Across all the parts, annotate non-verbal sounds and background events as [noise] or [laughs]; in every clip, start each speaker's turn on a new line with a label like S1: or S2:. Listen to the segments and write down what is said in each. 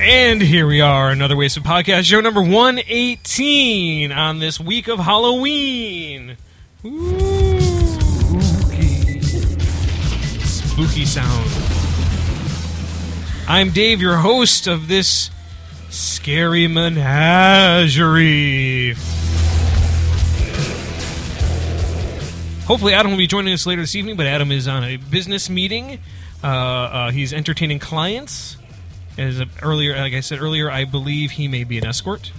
S1: And here we are, another Wasted Podcast, show number 118 on this week of Halloween. Ooh. Spooky. Spooky sound. I'm Dave, your host of this scary menagerie. Hopefully, Adam will be joining us later this evening, but Adam is on a business meeting. Uh, uh, he's entertaining clients. As a- earlier, like I said earlier, I believe he may be an escort.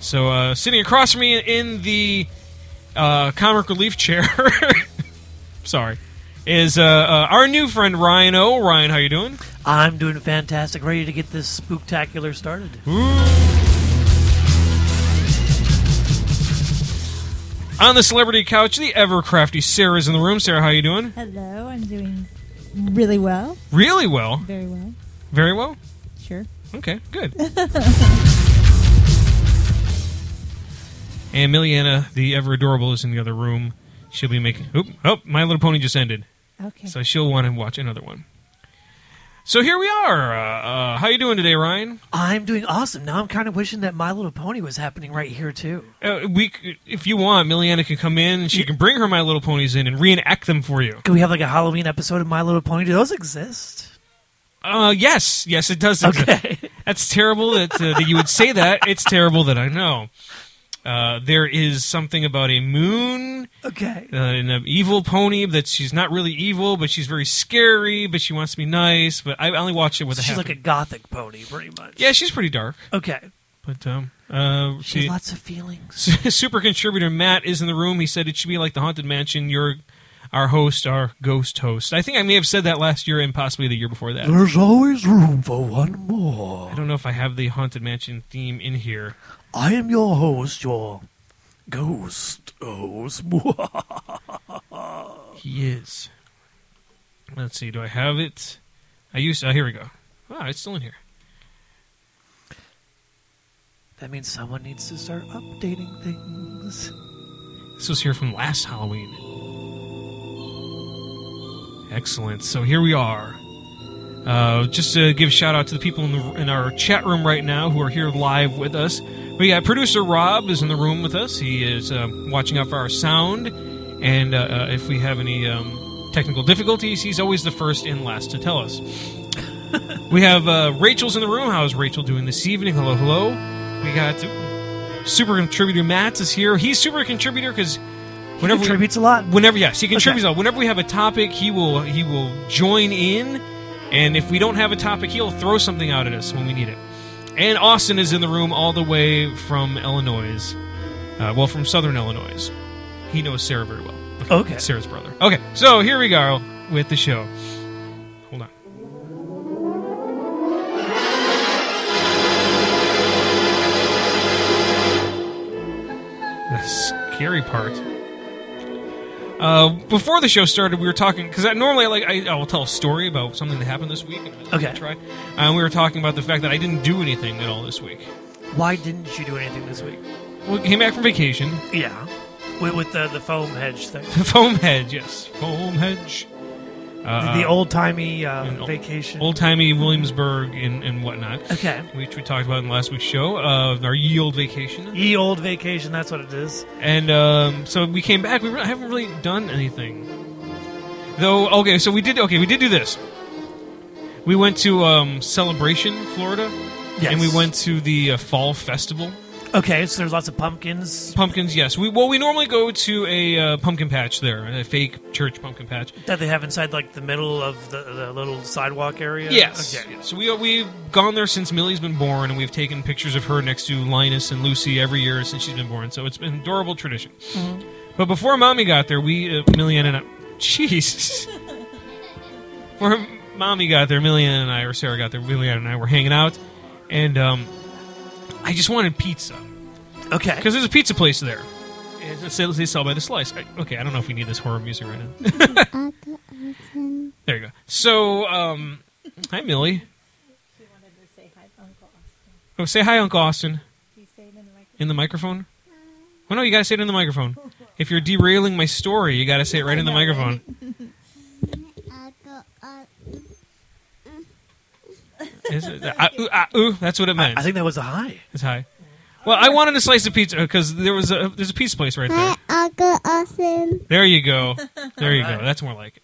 S1: so, uh, sitting across from me in the uh, comic relief chair, [laughs] sorry, is uh, uh, our new friend Ryan O. Ryan, how you doing?
S2: I'm doing fantastic. Ready to get this spooktacular started.
S1: On the celebrity couch, the ever crafty Sarah's in the room. Sarah, how you doing?
S3: Hello, I'm doing really well.
S1: Really well,
S3: Very well.
S1: very well.
S3: Sure.
S1: Okay, good. and Miliana, the ever adorable, is in the other room. She'll be making. Oop, oh, My Little Pony just ended,
S3: Okay.
S1: so she'll want to watch another one. So here we are. Uh, uh, how you doing today, Ryan?
S2: I'm doing awesome. Now I'm kind of wishing that My Little Pony was happening right here too.
S1: Uh, we, c- if you want, Miliana can come in and she can bring her My Little Ponies in and reenact them for you.
S2: Could we have like a Halloween episode of My Little Pony? Do those exist?
S1: Uh, yes, yes, it does. exist.
S2: Okay.
S1: [laughs] That's terrible that, uh, that you would say that. It's terrible that I know. Uh, there is something about a moon
S2: okay.
S1: uh, and an evil pony that she's not really evil, but she's very scary, but she wants to be nice. But I only watch it with
S2: So
S1: a half.
S2: she's like a gothic pony, pretty much.
S1: yeah, she's pretty dark,
S2: Okay.
S1: but um, uh,
S2: She has
S1: she,
S2: lots of feelings.
S1: [laughs] super contributor Matt is in the room. He said it should be like the haunted mansion. Your our host, our ghost host. I think I may have said that last year and possibly the year before that.
S2: There's always room for one more.
S1: I don't know if I have the haunted mansion theme in here.
S2: I am your host, your ghost [laughs] host.
S1: He is. Let's see. Do I have it? I used. Oh, here we go. Ah, it's still in here.
S2: that means someone needs to start updating things.
S1: This was here from last Halloween. Excellent. So here we are. Uh, just to give a shout out to the people in, the, in our chat room right now who are here live with us. We got producer Rob is in the room with us. He is um, watching out for our sound, and uh, uh, if we have any um, technical difficulties, he's always the first and last to tell us. we have uh, Rachel's in the room. How's Rachel doing this evening? Hello, hello. We got super contributor Matt is here. He's super contributor because whenever we-
S2: Contributes a lot.
S1: Whenever yes, he contributes. all. Whenever we have a topic, he will he will join in, and if we don't have a topic, he'll throw something out at us when we need it. And Austin is in the room all the way from Illinois, uh, well from Southern Illinois. He knows Sarah very well.
S2: Okay.
S1: Sarah's brother. Okay, so here we go with the show. Hold on. The scary part. Uh, before the show started, we were talking because normally I like I, I will tell a story about something that happened this week. And I
S2: Okay.
S1: Try, and we were talking about the fact that I didn't do anything at all this week.
S2: Why didn't you do anything this week?
S1: Well, came back from vacation. [laughs]
S2: Yeah, with, with the the foam hedge thing,
S1: Foam hedge, yes, foam hedge.
S2: the, old timey
S1: Uh, an ol-
S2: uh, vacation.
S1: old timey Williamsburg and, and whatnot,
S2: okay,
S1: which we talked about in last week's show, uh, our ye old vacation.
S2: ye E old vacation. That's what it is.
S1: And um, so we came back. We re- haven't really done anything, though. Okay, so we did. Okay, we did do this. We went to um, Celebration, Florida,
S2: Yes.
S1: and we went to the uh, Fall Festival.
S2: Okay, so there's lots of pumpkins
S1: Pumpkins, yes. We well, we normally go to a uh, pumpkin patch there, a fake church pumpkin patch.
S2: that they have inside like the middle of the, the little sidewalk area.
S1: Yes.
S2: Okay.
S1: So we uh, we've gone there since Millie's been born, and we've taken pictures of her next to Linus and Lucy every year since she's been born. So it's been an adorable tradition. But before mommy got there, we uh, Millian and I, Jesus. before mommy got there, Millian and I, or Sarah got there, Millian and I were hanging out, and um, I just wanted pizza
S2: Okay.
S1: because there's a pizza place there. And it says they sell by the slice. I, okay, I don't know if we need this horror music right now. [laughs] there you go. So, um, hi Millie.
S3: He wanted to say hi to Uncle Austin.
S1: Oh, say hi, Uncle Austin,
S3: He stayed in the microphone.
S1: in the microphone. Well, no, you gotta say it in the microphone. If you're derailing my story, you gotta say it right in the microphone. Is it, ah, ooh, ah, ooh, that's what it meant.
S2: I think that was a high.
S1: it's high. Well, I wanted a slice of pizza because there was a there's a pizza place right there.
S4: Uncle Austin.
S1: There you go. There you go. That's more like it.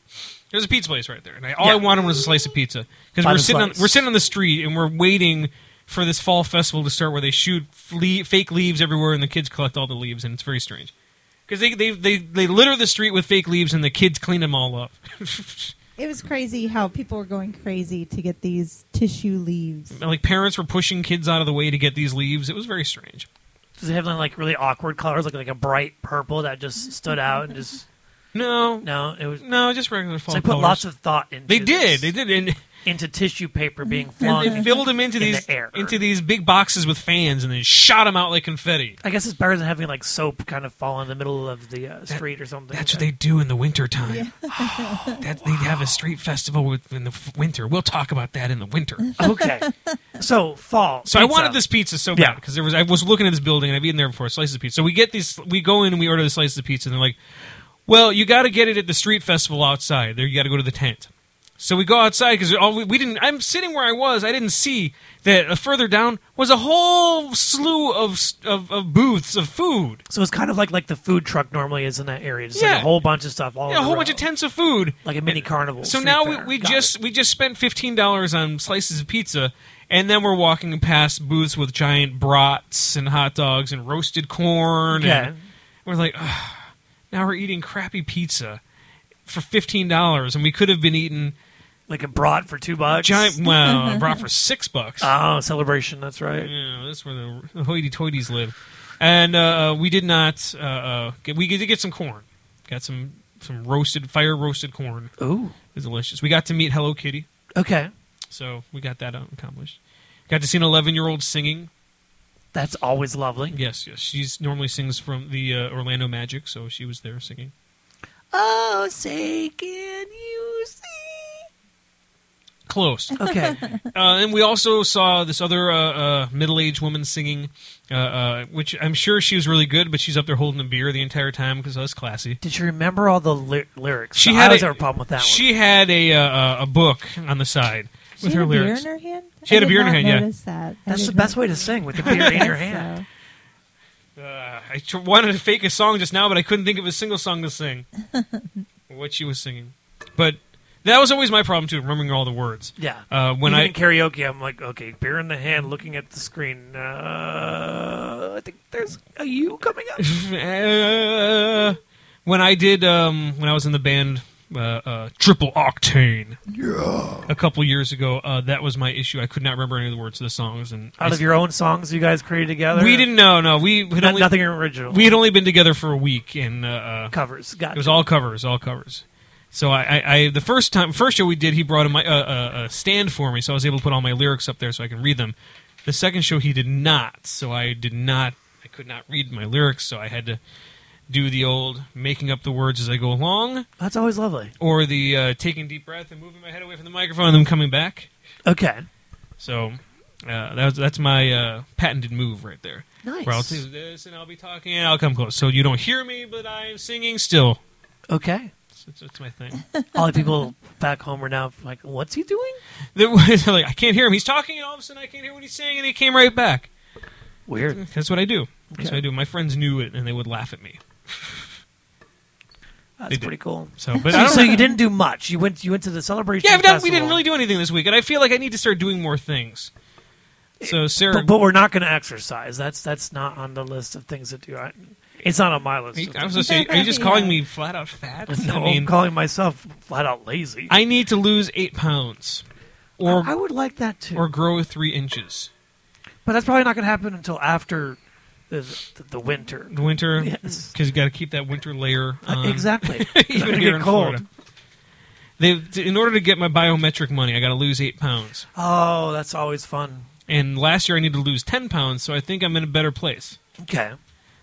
S1: There's a pizza place right there, and I, all I
S2: Yeah.
S1: wanted was a slice of pizza because
S2: Buy
S1: we're
S2: the
S1: sitting on,
S2: slice.
S1: we're sitting on the street and we're waiting for this fall festival to start where they shoot fle- fake leaves everywhere and the kids collect all the leaves and it's very strange because they, they they they litter the street with fake leaves and the kids clean them all up.
S5: It was crazy how people were going crazy to get these tissue leaves.
S1: like parents were pushing kids out of the way to get these leaves. It was very strange.
S2: Does it have like really awkward colors, like like a bright purple that just stood out and just
S1: No, no,
S2: no? It was.
S1: just regular fall.
S2: So they put
S1: colors.
S2: lots of thought into.
S1: They did.
S2: this,
S1: They did. And
S2: into tissue paper being
S1: And
S2: flung. [laughs]
S1: they filled them into
S2: in
S1: these
S2: the air.
S1: into these big boxes with fans, and then shot them out like confetti.
S2: I guess it's better than having like soap kind of fall in the middle of the uh, street or something.
S1: That's what they do in the winter time. [sighs] that they have a street festival with, in the f- winter. We'll talk about that in the winter.
S2: okay. [laughs] So fall.
S1: So I
S2: pizza.
S1: wanted this pizza so
S2: Yeah.
S1: bad because there was I was looking at this building and I've eaten there before slices of pizza. So we get these, we go in and we order the slices of pizza, and they're like, "Well, you got to get it at the street festival outside. There, you got to go to the tent." So we go outside because all we, we didn't. I'm sitting where I was. I didn't see that uh, further down was a whole slew of s- of, of booths of food.
S2: So it's kind of like like the food truck normally is in that area. Just
S1: Yeah.
S2: like a whole bunch of stuff. All
S1: Yeah, a
S2: in
S1: whole
S2: row.
S1: bunch of tents of food.
S2: Like a mini carnival.
S1: So
S2: street
S1: now we,
S2: fair.
S1: we
S2: Got
S1: just
S2: it.
S1: we just spent fifteen dollars on slices of pizza, and then we're walking past booths with giant brats and hot dogs and roasted corn.
S2: Yeah.
S1: And we're like, "Ugh, now we're eating crappy pizza for fifteen dollars, and we could have been eating
S2: like a brat for two bucks.
S1: giant well, a brat for six bucks.
S2: Oh, celebration. That's right.
S1: Yeah, that's where the, the hoity-toities live. And uh, we did not. Uh, uh, get, we did get some corn. Got some some roasted fire roasted corn.
S2: Ooh.
S1: It was delicious. We got to meet Hello Kitty.
S2: Okay.
S1: So we got that accomplished. Got to see an 11 year old singing.
S2: That's always lovely.
S1: Yes, yes. She's normally sings from the uh, Orlando Magic, so she was there singing.
S2: Oh, say can you see?
S5: [laughs]
S1: Close. uh,
S2: [laughs] Okay.
S1: and we also saw this other uh, uh, middle aged woman singing, uh, uh, which I'm sure she was really good, but she's up there holding a beer the entire time because that's classy.
S2: Did you remember all the ly- lyrics?
S1: She
S2: I
S1: had
S2: always
S1: a-
S2: have a problem with that
S1: She had a uh, uh, a book on the side
S5: She
S1: with
S5: had
S1: her
S5: a
S1: lyrics.
S5: beer in her hand.
S1: She had a
S5: I did
S1: beer in her
S5: not
S1: hand, yeah.
S5: Notice that. I
S2: one. That's the
S5: did
S2: best
S5: not
S2: way to sing [laughs] with the beer in your
S5: notice
S2: hand.
S5: that.
S1: Uh, I tr- wanted to fake a song just now, but I couldn't think of a single song to
S5: [laughs]
S1: sing. what she was singing, but that was always my problem too, remembering all the words.
S2: Yeah.
S1: Uh, when
S2: Even
S1: I
S2: in karaoke, I'm like, okay, beer in the hand, looking at the screen. Uh, I think there's a you coming
S1: [laughs]
S2: up.
S1: Uh, when I did um, when I was in the band uh, uh, Triple Octane a couple years ago, uh, that was my issue. I could not remember any of the words of the songs, and
S2: Out
S1: I-
S2: of your own songs you guys created together.
S1: we didn't know. No, we had
S2: No-
S1: only
S2: nothing original.
S1: we had only been together for a week, and uh, uh,
S2: covers. Got
S1: It was all covers, all covers. So I, I, I the first time, first show we did, he brought a, mi- a, a, a stand for me, so I was able to put all my lyrics up there so I can read them. The second show he did not, so I did not, I could not read my lyrics, so I had to do the old making up the words as I go along,
S2: That's always lovely.
S1: or the uh, taking deep breath and moving my head away from the microphone and then coming back.
S2: Okay.
S1: So uh, that was, that's my uh, patented move right there.
S2: Nice.
S1: Where I'll do this and I'll be talking and I'll come close, so you don't hear me, but I'm singing still.
S2: Okay.
S1: It's- it's- it's my thing.
S2: All the people back home are now like, what's he doing?
S1: There [laughs] was like I can't hear him. He's talking, and all of a sudden I can't hear what he's saying, and he came right back.
S2: Weird.
S1: That's what I do. That's
S2: Okay.
S1: what I do. My friends knew it, and they would laugh at me.
S2: That's
S1: They did.
S2: pretty cool. [laughs]
S1: So, but I
S2: So,
S1: don't.
S2: so you didn't do much. You went. You went to the celebration.
S1: yeah, I've done- we
S2: festival.
S1: didn't really do anything this week, and I feel like I need to start doing more things. So Sarah,
S2: But, but we're not going to exercise. That's that's not on the list of things to do. I, it's not on my list.
S1: are you-
S2: of
S1: I was
S2: things.
S1: gonna say, are you just calling me flat out fat?
S2: no,
S1: I mean,
S2: am calling myself flat out lazy.
S1: I need to lose eight pounds, or
S2: I would like that too.
S1: or grow three inches.
S2: but that's probably not going to happen until after the the, the winter.
S1: The winter,
S2: Yes.
S1: because you got to keep that winter layer.
S2: Uh,
S1: on.
S2: exactly.
S1: [laughs]
S2: It's
S1: Even
S2: gonna
S1: here
S2: get
S1: in Florida. They, in order to get my biometric money, I got to lose eight pounds.
S2: Oh, that's always fun.
S1: and last year I needed to lose 10 pounds, so I think I'm in a better place.
S2: Okay.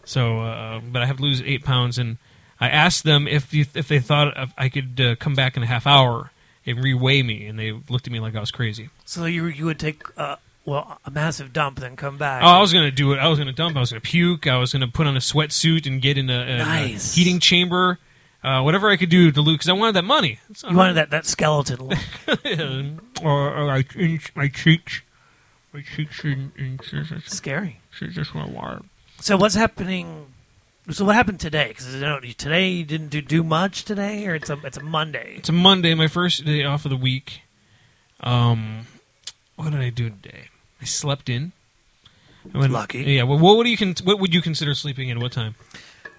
S1: So, uh, but I have to lose eight pounds, and I asked them if you, if they thought if I could uh, come back in a half hour and reweigh me, and they looked at me like I was crazy.
S2: So you you would take uh, well a massive dump, then come back.
S1: Oh, I was gonna do it. I was gonna dump. I was gonna puke. I was gonna put on a sweatsuit and get in a, a- a
S2: Nice.
S1: heating chamber. Uh, whatever I could do to loot, because I wanted that money. It's not
S2: You wanted that, that skeleton
S1: [laughs]
S2: look.
S1: that, or, or I inch my cheeks, my cheeks in inches.
S2: Scary.
S1: She just went wild.
S2: So what's happening? So what happened today? Because you know, today you didn't do, do much today, or it's a it's a Monday.
S1: It's a Monday, my first day off of the week. Um, what did I do today? I slept in. I went-
S2: Lucky.
S1: Yeah. Well, what would you con- What would you consider sleeping in? What time?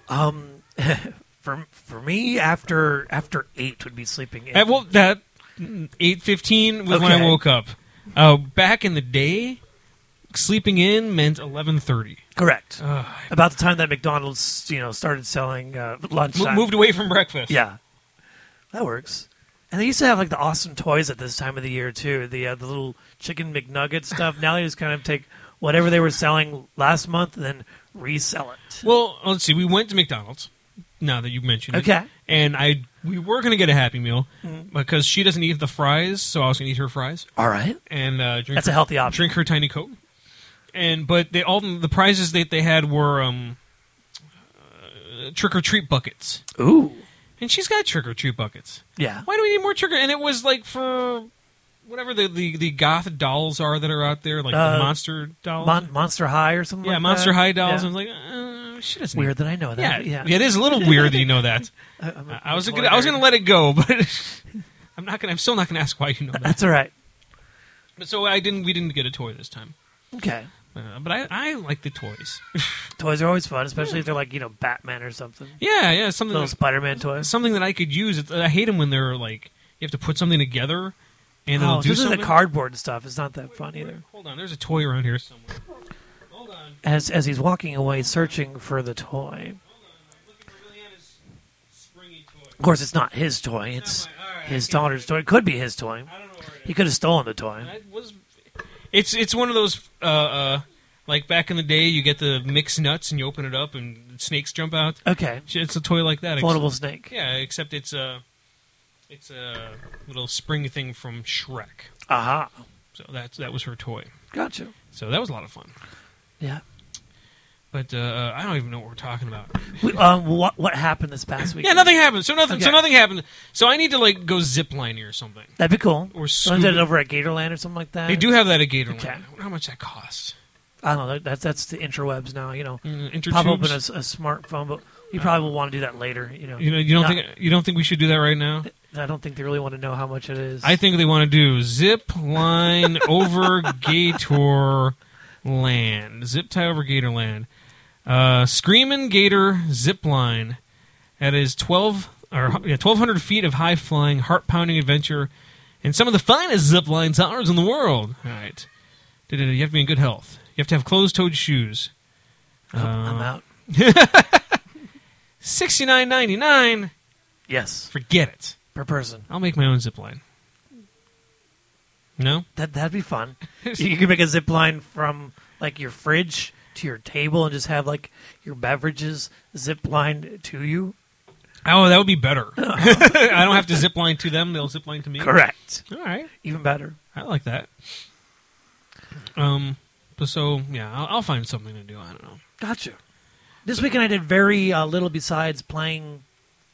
S2: Um, [laughs] for for me, after after eight would be sleeping. In.
S1: At, well, that eight fifteen was when I
S2: Okay.
S1: woke up. Uh, back in the day, sleeping in meant eleven thirty.
S2: correct.
S1: Uh,
S2: About the time that McDonald's you know started selling uh, lunchtime.
S1: moved away from breakfast.
S2: Yeah, that works. And they used to have like the awesome toys at this time of the year too. The uh, the little chicken McNugget stuff. now they just kind of take whatever they were selling last month and then resell it.
S1: Well, let's see. We went to McDonald's. Now that you mentioned it,
S2: Okay. Mm.
S1: and I we were gonna get a Happy Meal because she doesn't eat the fries, so I was gonna eat her fries
S2: All right,
S1: and uh, drink
S2: that's a healthy option.
S1: drink her tiny coke. And but they all the prizes that they had were um, uh, trick or treat buckets,
S2: Ooh,
S1: and she's got trick or treat buckets.
S2: yeah.
S1: Why do we need more trick or? And it was like for whatever the the, the goth dolls are that are out there, like
S2: Uh,
S1: the monster dolls.
S2: Mon- Monster High or something.
S1: yeah,
S2: like
S1: monster
S2: that.
S1: high dolls.
S2: Yeah.
S1: And I was like, uh, she doesn't
S2: Weird that I know
S1: Yeah,
S2: that.
S1: yeah,
S2: Yeah,
S1: it is a little weird that you know
S2: [laughs]
S1: that.
S2: I, I'm a-
S1: I was
S2: I'm a
S1: gonna, I was
S2: nerd.
S1: gonna let it go, but [laughs] I'm not gonna. I'm still not gonna ask why you know that.
S2: That's all right.
S1: But so I didn't. We didn't get a toy this time.
S2: Okay.
S1: Uh, but I, I like the toys.
S2: Toys are always fun, especially if they're like you know Batman or something.
S1: yeah, yeah, something
S2: Little Spider-Man toys.
S1: something that I could use. It's- I hate them when they're like you have to put something together and it'll
S2: oh,
S1: do
S2: this is
S1: something.
S2: the cardboard stuff. It's not that fun either.
S1: Hold on, there's a toy around here somewhere. Hold on.
S2: As as he's walking away, searching for the toy. Of course, it's not his toy. It's his daughter's toy. It could be his toy. He could have stolen the toy.
S1: was. It's it's one of those uh, uh, like back in the day you get the mixed nuts and you open it up and snakes jump out.
S2: Okay.
S1: It's a toy like that. ex-
S2: Vulnerable snake.
S1: Yeah, except it's a it's a little spring thing from Shrek.
S2: Aha.
S1: So that's that was her toy.
S2: Gotcha.
S1: So that was a lot of fun.
S2: Yeah.
S1: But uh, I don't even know what we're talking about.
S2: We, um, what what happened this past week?
S1: Yeah, nothing happened. So nothing. So
S2: Okay.
S1: nothing happened. So I need to like go ziplining or something.
S2: That'd be cool.
S1: Or
S2: Or did it
S1: scuba.
S2: over at Gatorland or something like that.
S1: They do have that at Gatorland.
S2: Okay.
S1: I wonder how much that costs.
S2: I don't know. that- That's that's the interwebs now. You know,
S1: Mm,
S2: pop
S1: intertubes?
S2: open a, s- a smartphone, but you probably will want to do that later. You know,
S1: you know, you don't
S2: Not-
S1: think you don't think we should do that right now.
S2: I don't think they really want to know how much it is.
S1: I think they want to do zip line over Gator land, zip tie over Gator land, uh, screaming Gator zip line. That is twelve or yeah, twelve hundred feet of high flying, heart pounding adventure, and some of the finest zip line towers in the world. All right, Da-da-da, you have to be in good health. You have to have closed-toed shoes. Uh,
S2: Nope, Oh, I'm out.
S1: Sixty nine ninety nine.
S2: Yes,
S1: Forget it.
S2: per person.
S1: I'll make my own zip line. No.
S2: That that'd be [laughs] fun. you could make a zip line from like your fridge to your table and just have like your beverages zip lined to you.
S1: Oh, that would be better. [laughs] I don't have to zip line to them; they'll zip line to me.
S2: Correct.
S1: All right,
S2: Even better.
S1: I like that. Um, but so yeah, I'll, I'll find something to do. I don't know.
S2: Gotcha. This weekend I did very uh, little besides playing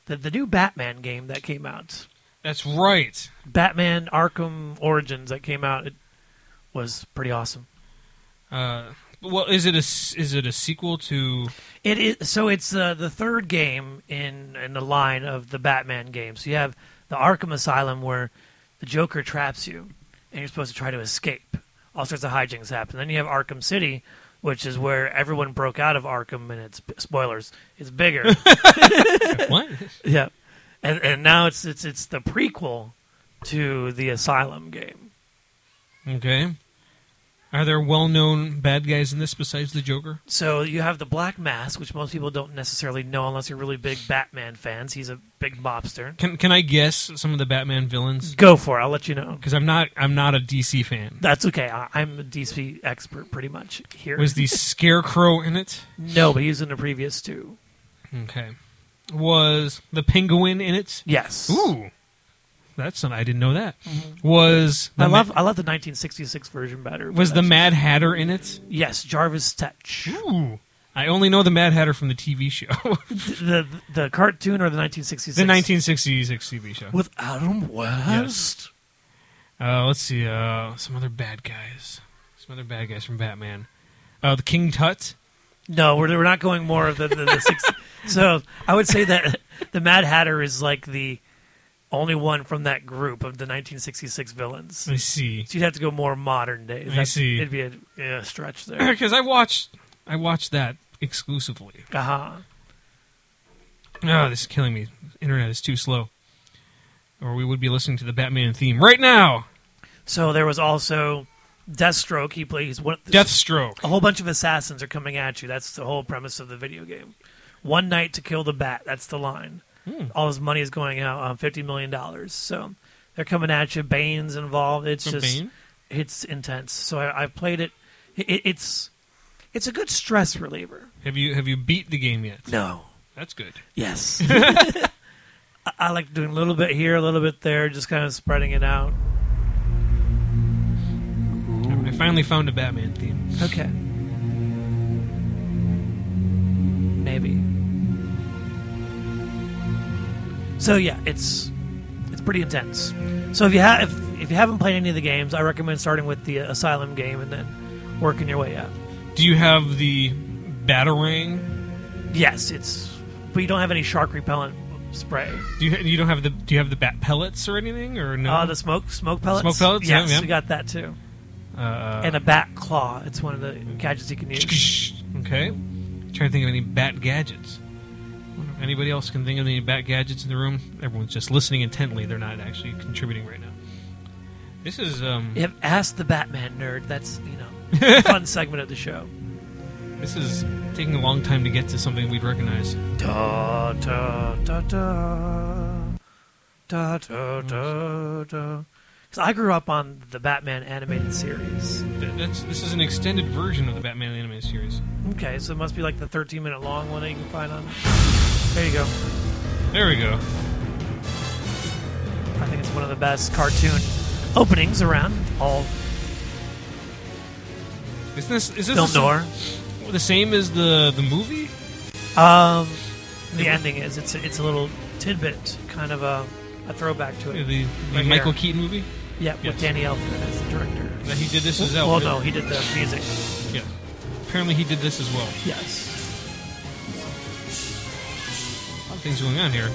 S2: the the new Batman game that came out.
S1: That's right.
S2: Batman Arkham Origins that came out. It was pretty awesome.
S1: Uh, well, is it a s- is it a sequel to?
S2: It is so it's uh, the third game in in the line of the Batman games. So you have the Arkham Asylum where the Joker traps you and you're supposed to try to escape. All sorts of hijinks happen. Then you have Arkham City, which is where everyone broke out of Arkham and it's spoilers. It's bigger.
S1: what?
S2: yeah. And and now it's it's it's the prequel to the Asylum game.
S1: Okay. Are there well-known bad guys in this besides the Joker?
S2: So you have the Black Mask, which most people don't necessarily know unless you're really big Batman fans. He's a big mobster.
S1: Can Can I guess some of the Batman villains?
S2: Go for it. I'll let you know.
S1: Because I'm not I'm not a DC fan.
S2: That's okay. I, I'm a DC expert pretty much here.
S1: Was the Scarecrow in it?
S2: no, but he was in the previous two.
S1: Okay. Was the Penguin in it?
S2: Yes.
S1: Ooh, that's something I didn't know. That was the
S2: Mm-hmm. I
S1: Ma-
S2: love I love the 1966 version better.
S1: was
S2: but
S1: the
S2: that's-
S1: Mad Hatter in it?
S2: yes Jarvis Tetch.
S1: Ooh, I only know the Mad Hatter from the TV show, [laughs]
S2: The the, the cartoon or the 1966?
S1: the 1966 TV show.
S2: with Adam West.
S1: Uh, let's see, uh, some other bad guys, some other bad guys from Batman. Uh, the King Tut.
S2: No, we're we're not going more of the the,
S1: [laughs]
S2: the six. So I would say that the Mad Hatter is like the only one from that group of the 1966 villains.
S1: I see, [clears throat]
S2: So you'd have to go more modern days.
S1: Mm. I see.
S2: It'd be a yeah,
S1: [coughs]
S2: stretch there.
S1: because I watched, I watched that exclusively.
S2: uh-huh.
S1: Oh, this is killing me. Internet is too slow. Or we would be listening to the Batman theme right now.
S2: So there was also Deathstroke. He plays one.
S1: Deathstroke.
S2: A whole bunch of assassins are coming at you. That's the whole premise of the video game. One night to kill the bat. That's the line.
S1: Hmm.
S2: All his money is going out on fifty million dollars. So they're coming at you. Bane's involved. It's just
S1: Bane?
S2: it's intense. So I, I played it. it. It's it's a good stress reliever.
S1: Have you have you beat the game yet?
S2: No.
S1: That's good. [laughs]
S2: Yes. [laughs] I- I like doing a little bit here, a little bit there, just kind of spreading it out.
S1: I finally found a Batman theme.
S2: Okay. Maybe. So yeah, it's it's pretty intense. So if you have if, if you haven't played any of the games, I recommend starting with the Asylum game and then working your way up.
S1: Do you have the batarang?
S2: Yes, it's but you don't have any shark repellent spray.
S1: Do you you don't have the do you have the bat pellets or anything or no?
S2: Oh, the smoke smoke pellets.
S1: Smoke pellets, yeah,
S2: Yes,
S1: yeah.
S2: we got that too.
S1: uh,
S2: and a bat claw. It's one of the gadgets you can use.
S1: okay. trying to think of any bat gadgets. Wonder if Anybody else can think of any bat gadgets in the room? Everyone's just listening intently. They're not actually contributing right now. This is um.
S2: If ask the Batman nerd. That's
S1: [laughs]
S2: you know a fun segment of the show.
S1: This is taking a long time to get to something we'd recognize.
S2: Da da da da da da da da. Because I grew up on the Batman animated series.
S1: Th- That's this is an extended version of the Batman animated series.
S2: Okay, so it must be like the 13 minute long one that you can find on. There you go.
S1: There we go.
S2: I think it's one of the best cartoon openings around. All
S1: Is this is this
S2: film
S1: the,
S2: noir.
S1: s- the same as the the movie?
S2: Um, the ending is it's a, it's a little tidbit, kind of a, a throwback to
S1: The,
S2: it.
S1: the
S2: Right
S1: Michael
S2: here.
S1: Keaton movie
S2: Yeah,
S1: Yes.
S2: with Danny Elfman as the director.
S1: that he did this as
S2: Well,
S1: well.
S2: no, he did the music.
S1: Yeah. Apparently he did this as well.
S2: Yes.
S1: A lot of things going on here.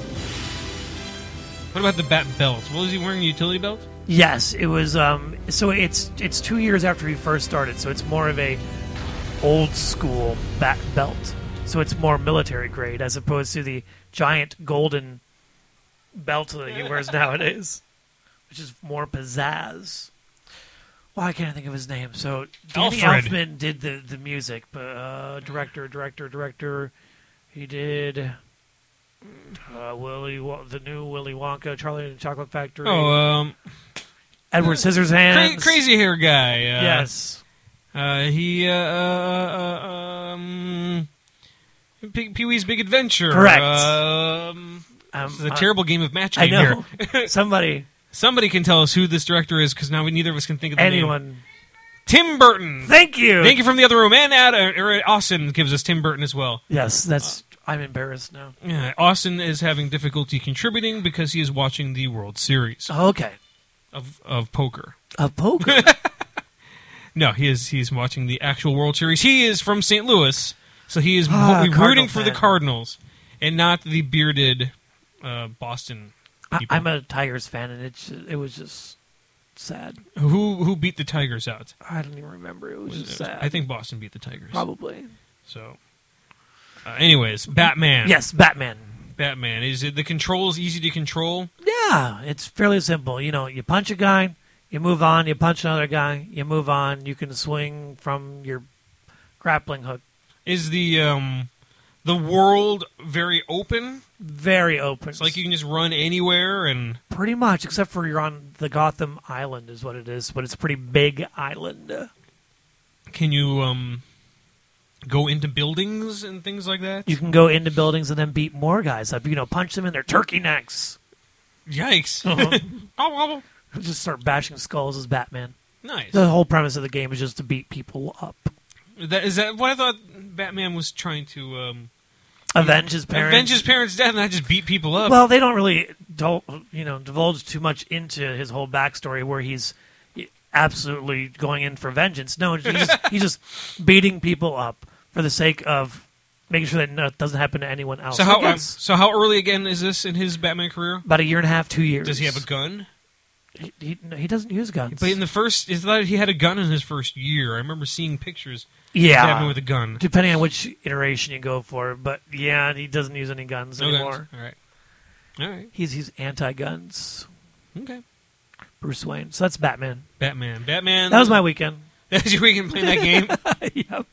S1: What about the bat belt? Well, is he wearing a utility belt?
S2: Yes, it was. Um, so it's it's two years after he first started, so it's more of a old school bat belt. So it's more military grade as opposed to the giant golden belt that
S1: [laughs]
S2: he wears nowadays, which is more pizzazz. Why can't I think of his name? So Danny
S1: Alfred.
S2: Elfman did the the music, but uh, director, director, director. He did uh, Willy Wo- the new Willy Wonka, Charlie and the Chocolate Factory.
S1: Oh, um,
S2: Edward
S1: cra-
S2: Scissorhands.
S1: crazy hair guy. Uh,
S2: Yes.
S1: Uh, he uh, uh, uh, um, Pee Pee Wee's Big Adventure.
S2: Correct.
S1: Um,
S2: Um,
S1: this is a
S2: uh,
S1: terrible game of match
S2: I
S1: game
S2: know.
S1: here. [laughs]
S2: Somebody,
S1: Somebody can tell us who this director is because now we, neither of us can think of the name.
S2: anyone.
S1: Tim Burton.
S2: Thank you.
S1: Thank you from the other room, and Ad, or Austin gives us Tim Burton as well.
S2: Yes, that's. I'm embarrassed now.
S1: Yeah, Uh, Austin is having difficulty contributing because he is watching the World Series
S2: Oh, Okay.
S1: of, of poker. [laughs]
S2: A poker.
S1: No, he is he's watching the actual World Series. He is from St. Louis, so he is
S2: Ah,
S1: mo-
S2: Cardinal
S1: rooting for the
S2: fan.
S1: Cardinals and not the bearded uh, Boston
S2: I,
S1: people
S2: I'm a Tigers fan, and it's it was just sad.
S1: who who beat the Tigers out. Uh,
S2: I don't even remember. It was just sad.
S1: I think Boston beat the Tigers.
S2: probably.
S1: So, uh, anyways, Batman.
S2: Yes, Batman.
S1: Batman. Is it the controls easy to control?
S2: Yeah, it's fairly simple. You know, you punch a guy, you move on. You punch another guy, you move on. You can swing from your grappling hook.
S1: Is the um the world very open?
S2: Very open.
S1: It's like you can just run anywhere and
S2: Pretty much, except for you're on the Gotham Island, is what it is, but it's a pretty big island.
S1: can you um go into buildings and things like that?
S2: You can go into buildings and then beat more guys up. You know, punch them in their turkey necks.
S1: Yikes.
S2: Oh.
S1: Oh, Ow, ow, ow.
S2: [laughs] just start bashing skulls as Batman.
S1: Nice.
S2: Uh. The whole premise of the game is just to beat people up.
S1: That, is that what I thought Batman was trying to um,
S2: Avenge his parents.
S1: avenge his parents' death and not just beat people up.
S2: Well, they don't really don't you know divulge too much into his whole backstory where he's absolutely going in for vengeance. No, he's
S1: [laughs]
S2: just, he's just beating people up for the sake of making sure that no, it doesn't happen to anyone else.
S1: so how
S2: I
S1: um,
S2: guess
S1: so how early again is this in his Batman career?
S2: about a year and a half, two years.
S1: Does he have a gun?
S2: He, he, no, he doesn't use guns.
S1: But in the first, is that he had a gun in his first year? I remember seeing pictures of Batman
S2: yeah,
S1: with a gun.
S2: depending on which iteration you go for, but yeah, he doesn't use any guns
S1: No
S2: anymore.
S1: guns. All right. All right.
S2: He's he's anti-guns,
S1: Okay.
S2: Bruce Wayne. So that's Batman.
S1: Batman. Batman.
S2: That was my weekend.
S1: [laughs] That's your weekend playing that game.
S2: yep.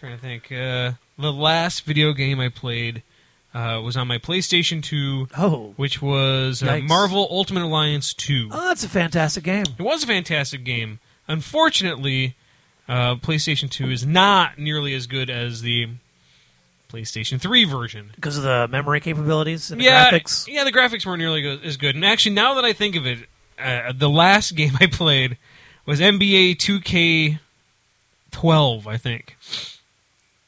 S1: trying to think. Uh, the last video game I played uh, was on my PlayStation 2,
S2: Oh.
S1: which was uh,
S2: Yikes.
S1: Marvel Ultimate Alliance 2.
S2: Oh, that's a fantastic game.
S1: It was a fantastic game. Unfortunately, uh, PlayStation 2 is not nearly as good as the PlayStation 3 version.
S2: because of the memory capabilities and the
S1: yeah,
S2: graphics.
S1: yeah, the graphics weren't nearly go- as good. And actually, now that I think of it, uh, the last [laughs] game I played was NBA 2K12, I think,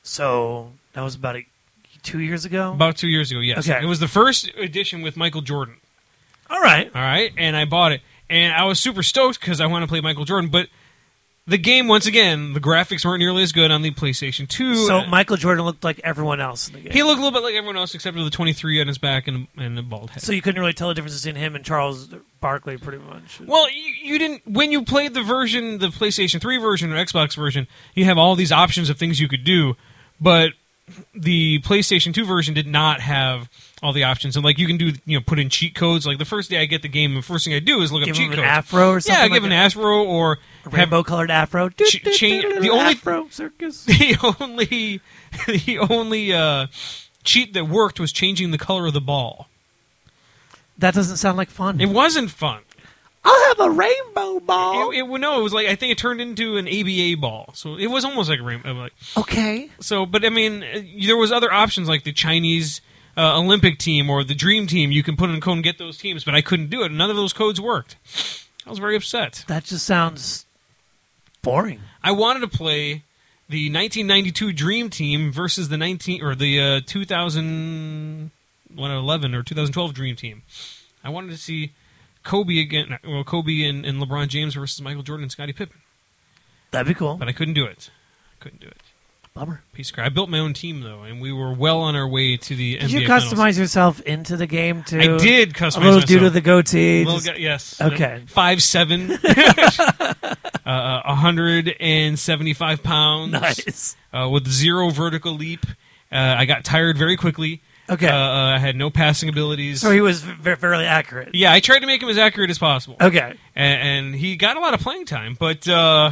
S2: So that was about a, two years ago.
S1: about two years ago. Yes,
S2: Okay.
S1: it was the first edition with Michael Jordan.
S2: All right,
S1: All right, and I bought it, and I was super stoked because I want to play Michael Jordan. But the game, once again, the graphics weren't nearly as good on the PlayStation 2.
S2: so
S1: Uh,
S2: Michael Jordan looked like everyone else in the game.
S1: he looked a little bit like everyone else except for the 23 on his back and and the bald head.
S2: so you couldn't really tell the difference between him and Charles Barkley, pretty much.
S1: Well, you, you didn't when you played the version, the PlayStation 3 version or Xbox version, you have all these options of things you could do, but the PlayStation 2 version did not have all the options. And like you can do, you know, put in cheat codes. Like the first day I get the game, the first thing I do is look
S2: give
S1: up cheat
S2: him an
S1: codes.
S2: afro or something.
S1: yeah, give
S2: like
S1: an afro or have
S2: rainbow colored afro.
S1: Ch- change- the only-
S2: afro
S1: [laughs]
S2: circus.
S1: the only the only uh, cheat that worked was changing the color of the ball.
S2: That doesn't sound like fun.
S1: It wasn't fun.
S2: I'll have a rainbow ball.
S1: It, it, no, it was like I think it turned into an ABA ball, so it was almost like a rainbow. Like,
S2: okay,
S1: so, but I mean, uh, there was other options like the Chinese uh, Olympic team or the Dream Team. You can put in a code and get those teams, but I couldn't do it. None of those codes worked. I was very upset.
S2: that just sounds boring.
S1: I wanted to play the 1992 Dream Team versus the 19 or the uh, 2011 or 2012 Dream Team. I wanted to see Kobe again, well, Kobe and, and LeBron James versus Michael Jordan and Scottie Pippen,
S2: That'd be cool.
S1: but I couldn't do it. I couldn't do it.
S2: Bummer.
S1: Piece of crap. I built my own team though, and we were well on our way to the
S2: Did
S1: NBA
S2: you
S1: finals.
S2: customize yourself into the game too?
S1: I did
S2: A
S1: customize
S2: little
S1: myself.
S2: dude with a goatee.
S1: Little
S2: just-
S1: guy- yes.
S2: Okay.
S1: Five
S2: [laughs]
S1: seven. uh, hundred and seventy five pounds.
S2: nice.
S1: uh, with zero vertical leap. Uh, I got tired very quickly.
S2: Okay.
S1: Uh, uh, I had no passing abilities.
S2: So he was v- fairly accurate.
S1: yeah, I tried to make him as accurate as possible.
S2: Okay.
S1: A- And, he got a lot of playing time, but uh,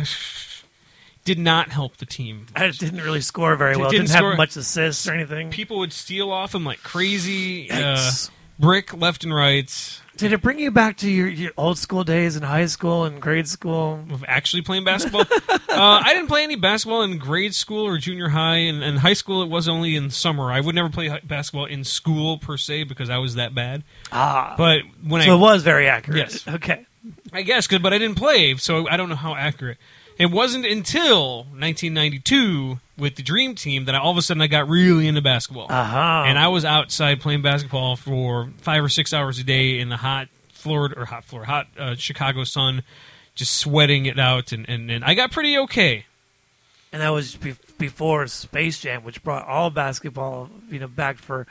S1: did not help the team.
S2: I didn't really score very well.
S1: Didn't
S2: Didn't,
S1: score-
S2: have much assists or anything.
S1: People would steal off him like crazy. Uh,
S2: Yikes.
S1: brick left and right
S2: Did it bring you back to your, your old school days in high school and grade school?
S1: of actually playing basketball. [laughs] uh, I didn't play any basketball in grade school or junior high. And, and high school, it was only in summer. I would never play hi- basketball in school per se because I was that bad.
S2: Ah.
S1: But when
S2: so
S1: I
S2: it was very accurate.
S1: Yes.
S2: Okay.
S1: I guess, 'cause- but I didn't play, so I don't know how accurate. It wasn't until 1992 with the Dream Team that I, all of a sudden I got really into basketball,
S2: Uh huh.
S1: and I was outside playing basketball for five or six hours a day in the hot Florida or hot Florida, hot uh, Chicago sun, just sweating it out, and, and, and I got pretty okay.
S2: and that was be- before Space Jam, which brought all basketball, you know, back for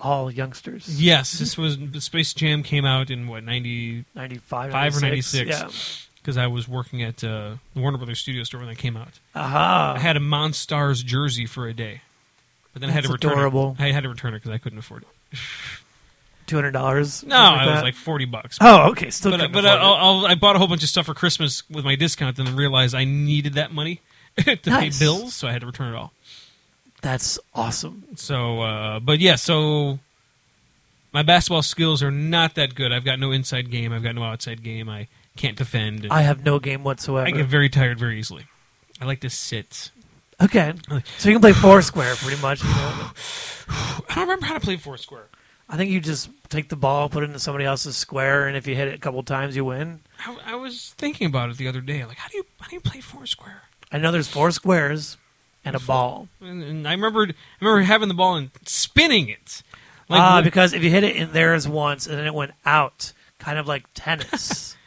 S2: all youngsters.
S1: Yes, this was Space Jam came out in what 90
S2: Ninety five,
S1: Five or 96.
S2: Yeah.
S1: because I was working at uh, the Warner Brothers studio store when that came out.
S2: Aha.
S1: I had a Monstars jersey for a day, but then I had to
S2: That's
S1: return
S2: adorable.
S1: it. I had to return it because I couldn't afford it.
S2: Two hundred dollars.
S1: No, it was like forty bucks.
S2: Oh, okay. Still
S1: but I-
S2: couldn't
S1: but I,
S2: afford it.
S1: I'll, I'll, I bought a whole bunch of stuff for Christmas with my discount, and then realized I needed that money [laughs] to
S2: Nice.
S1: pay bills, so I had to return it all. uh,
S2: That's awesome.
S1: So, uh, but yeah, so my basketball skills are not that good. I've got no inside game. I've got no outside game. I can't defend. and
S2: I have no game whatsoever.
S1: I get very tired very easily. I like to sit.
S2: Okay.
S1: Like-
S2: So you can play Foursquare pretty much. You know?
S1: I don't remember how to play foursquare.
S2: I think you just take the ball, put it into somebody else's square, and if you hit it a couple times, you win.
S1: I, I was thinking about it the other day. Like, how do you how do you play foursquare?
S2: I know there's four squares. and a ball.
S1: And, and I remembered, I remember having the ball and spinning it.
S2: Ah,
S1: wh-
S2: because if you hit it in theirs once and then it went out, kind of like tennis.
S1: [laughs]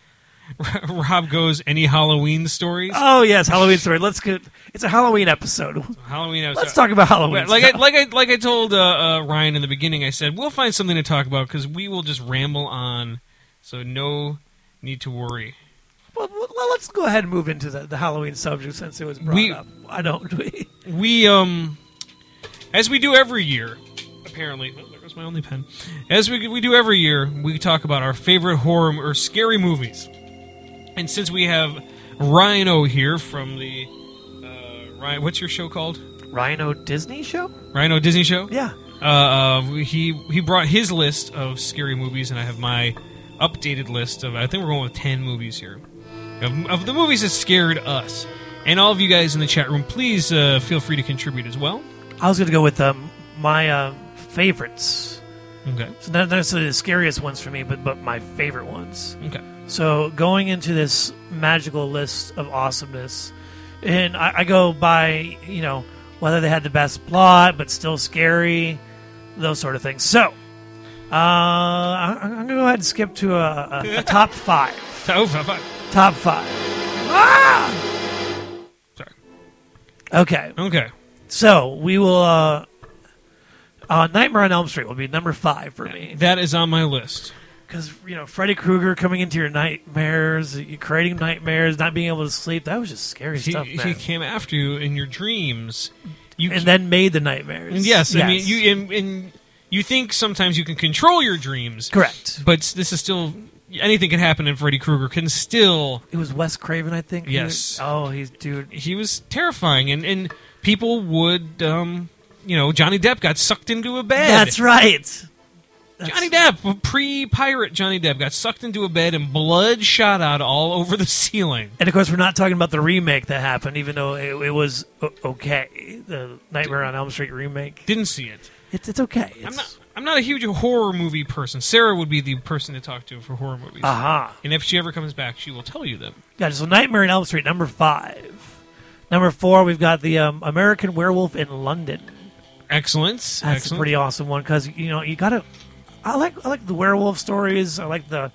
S1: Rob goes, any Halloween stories?
S2: oh yes, Halloween story. Let's get. It's a Halloween episode.
S1: Halloween. I was
S2: Let's talk about Halloween.
S1: Well, like I,
S2: stuff.
S1: like I like I told uh, uh, Ryan in the beginning, I said we'll find something to talk about because we will just ramble on, so no need to worry.
S2: Well, well, let's go ahead and move into the, the Halloween subject since it was brought
S1: We-
S2: up. Why don't we?
S1: We um, as we do every year, apparently. Oh, there goes my only pen. As we we do every year, we talk about our favorite horror m- or scary movies, and since we have Rhino here from the uh, Ryan, what's your show called?
S2: Rhino Disney show?
S1: Rhino Disney Show.
S2: Yeah.
S1: uh, he he brought his list of scary movies, and I have my updated list of. I think we're going with ten movies here of, of the movies that scared us. And all of you guys in the chat room, please uh, feel free to contribute as well.
S2: I was going to go with um, my uh, favorites.
S1: Okay,
S2: So not necessarily the scariest ones for me, but but my favorite ones.
S1: okay.
S2: So going into this magical list of awesomeness, and I, I go by you know whether they had the best plot, but still scary, those sort of things. So uh, I, I'm going to go ahead and skip to a,
S1: [laughs]
S2: a, a top five.
S1: Oh, fuck, fuck.
S2: Top five. Ah!
S1: Sorry.
S2: Okay.
S1: Okay.
S2: So we will. Uh, uh, Nightmare on Elm Street will be number five for me
S1: That is on my list.
S2: because you know Freddy Krueger coming into your nightmares, you creating nightmares, not being able to sleep. That was just scary
S1: He,
S2: stuff,
S1: he
S2: man.
S1: came after you in your dreams. You
S2: And then made the nightmares.
S1: yes, I mean you and, and you think sometimes you can control your dreams,
S2: correct.
S1: but this is still anything can happen, and Freddy Krueger can still
S2: It was Wes Craven, I think.
S1: Yes.
S2: Oh, he's dude.
S1: he was terrifying, and and people would, um, you know, Johnny Depp got sucked into a bed.
S2: That's right. That's-
S1: Johnny Depp, pre-pirate Johnny Depp, got sucked into a bed, and blood shot out all over the [laughs] ceiling.
S2: And of course, we're not talking about the remake that happened, even though it, it was o- okay. The Nightmare on Elm Street remake.
S1: Didn't see it.
S2: It's it's okay. It's,
S1: I'm not. I'm not a huge horror movie person. Sarah would be the person to talk to for horror movies.
S2: Aha.
S1: And if she ever comes back, she will tell you them.
S2: Uh-huh. Yeah, so Nightmare on Elm Street, number five. Number four, we've got the um, American Werewolf in London.
S1: Excellence.
S2: That's
S1: Excellent.
S2: a pretty awesome one because you know you gotta. I like I like the werewolf stories. I like the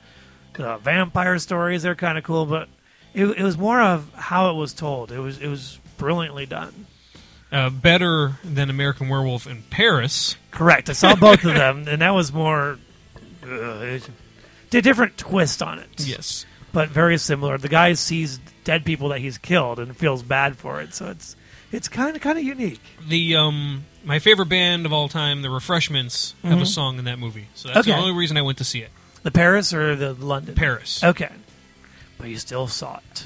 S2: the vampire stories. They're kind of cool, but it, it was more of how it was told. It was it was brilliantly done.
S1: uh, better than American Werewolf in Paris.
S2: Correct. I saw both of them, and that was more. Uh, it, a different twist on it.
S1: Yes.
S2: but very similar. The guy sees dead people that he's killed and feels bad for it, so it's it's kind of kind of unique.
S1: the um my favorite band of all time, the Refreshments, have a song in that movie. So that's the
S2: Mm-hmm. Okay.
S1: only reason I went to see it.
S2: The Paris or the London?
S1: Paris.
S2: Okay, but you still saw it.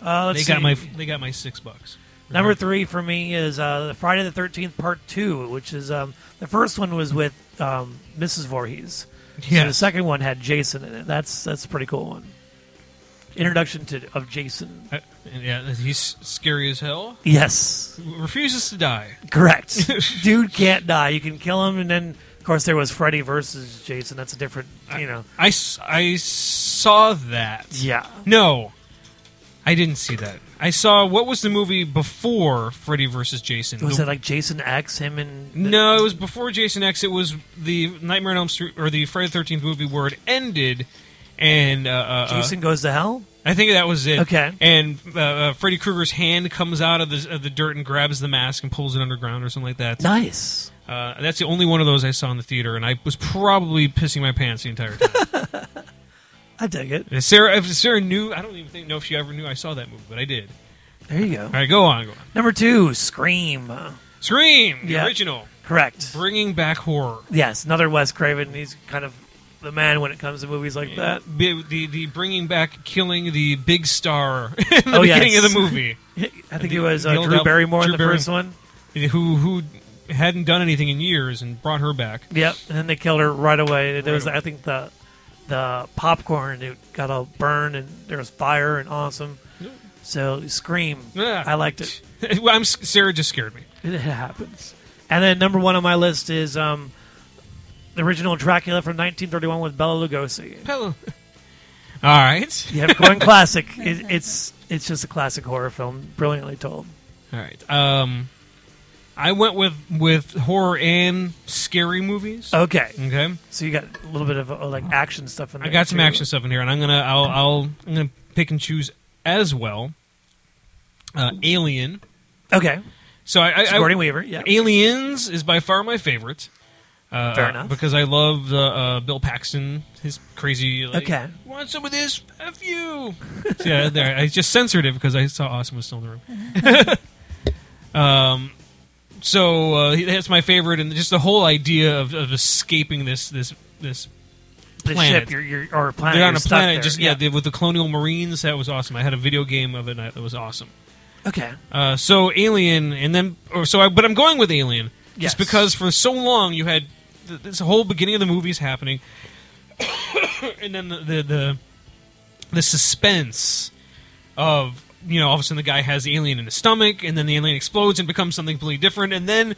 S2: Uh,
S1: they
S2: let's
S1: got
S2: see.
S1: my they got my six bucks.
S2: number three for me is uh, the Friday the Thirteenth Part Two, which is um, the first one was with um, Mrs. Voorhees. So
S1: Yeah.
S2: the second one had Jason in it. That's that's a pretty cool one. Introduction to of Jason.
S1: Uh, yeah, he's scary as hell.
S2: Yes.
S1: Refuses to die.
S2: Correct.
S1: [laughs]
S2: Dude can't die. You can kill him, and then of course there was Freddy versus Jason. That's a different, you know.
S1: I, s- I saw that.
S2: Yeah.
S1: No, I didn't see that. I saw what was the movie before Freddy versus Jason?
S2: Was
S1: The-
S2: it like Jason X him and
S1: No, it was before Jason X. It was the Nightmare on Elm Street or the Friday the Thirteenth movie where it ended, and uh, uh, uh,
S2: Jason goes to hell?
S1: I think that was it.
S2: Okay.
S1: And uh, uh, Freddy Krueger's hand comes out of the, of the dirt and grabs the mask and pulls it underground or something like that.
S2: Nice.
S1: Uh, that's the only one of those I saw in the theater, and I was probably pissing my pants the entire
S2: [laughs]
S1: time.
S2: I dig it.
S1: if Sarah, if Sarah knew, I don't even think know if she ever knew I saw that movie, but I did.
S2: There you go.
S1: All right, go on, go on.
S2: Number two, Scream. Uh,
S1: Scream, the
S2: Yeah.
S1: original,
S2: Correct.
S1: bringing back horror.
S2: Yes, another Wes Craven. He's kind of the man when it comes to movies like that.
S1: Bi- the the bringing back killing the big star [laughs] in the
S2: Oh, yes.
S1: beginning of the movie,
S2: I think
S1: The-
S2: it was
S1: the
S2: uh,
S1: old
S2: Drew
S1: album-
S2: Barrymore in
S1: Drew
S2: the
S1: Barry-
S2: first one.
S1: who who hadn't done anything in years and brought her back.
S2: Yep, and then they killed her right away. There was,
S1: away.
S2: I think, the the popcorn it got all burned, and there was fire and awesome. So scream,
S1: Yeah.
S2: I liked it.
S1: [laughs] Well, I'm Sarah just scared me. [laughs]
S2: It happens. And then number one on my list is um, the original Dracula from 1931 with Bela Lugosi.
S1: Hello. All right.
S2: Yep, going classic. It, it's it's just a classic horror film, brilliantly told.
S1: All right. Um, I went with with horror and scary movies.
S2: Okay,
S1: Okay.
S2: so you got a little bit of uh, like action stuff in
S1: I
S2: there.
S1: got some
S2: too.
S1: action stuff in here, and I'm gonna I'll, I'll I'm gonna pick and choose as well. Uh, Alien.
S2: Okay,
S1: So I, I, I
S2: Gordon Weaver. Yeah,
S1: Aliens is by far my favorite. Uh,
S2: Fair enough.
S1: Because I love the uh, Bill Paxton, his crazy. Like,
S2: Okay.
S1: Want some of this? F you. [laughs] So, yeah, there. I just censored it because I saw Austin was still in the room. [laughs] um, so uh, he- that's my favorite, and just the whole idea of, of escaping this this this.
S2: the
S1: planet.
S2: ship. You're, you're or a planet.
S1: They're on
S2: you're
S1: a
S2: stuck
S1: planet,
S2: there.
S1: just yeah, they- with the colonial marines. That was awesome. I had a video game of it. and It was awesome.
S2: okay.
S1: Uh, so Alien, and then or so I, but I'm going with Alien
S2: Yes.
S1: just because for so long you had th- this whole beginning of the movies happening, [coughs] and then the the the, the suspense of you know all of a sudden the guy has the alien in his stomach, and then the alien explodes and becomes something completely different, and then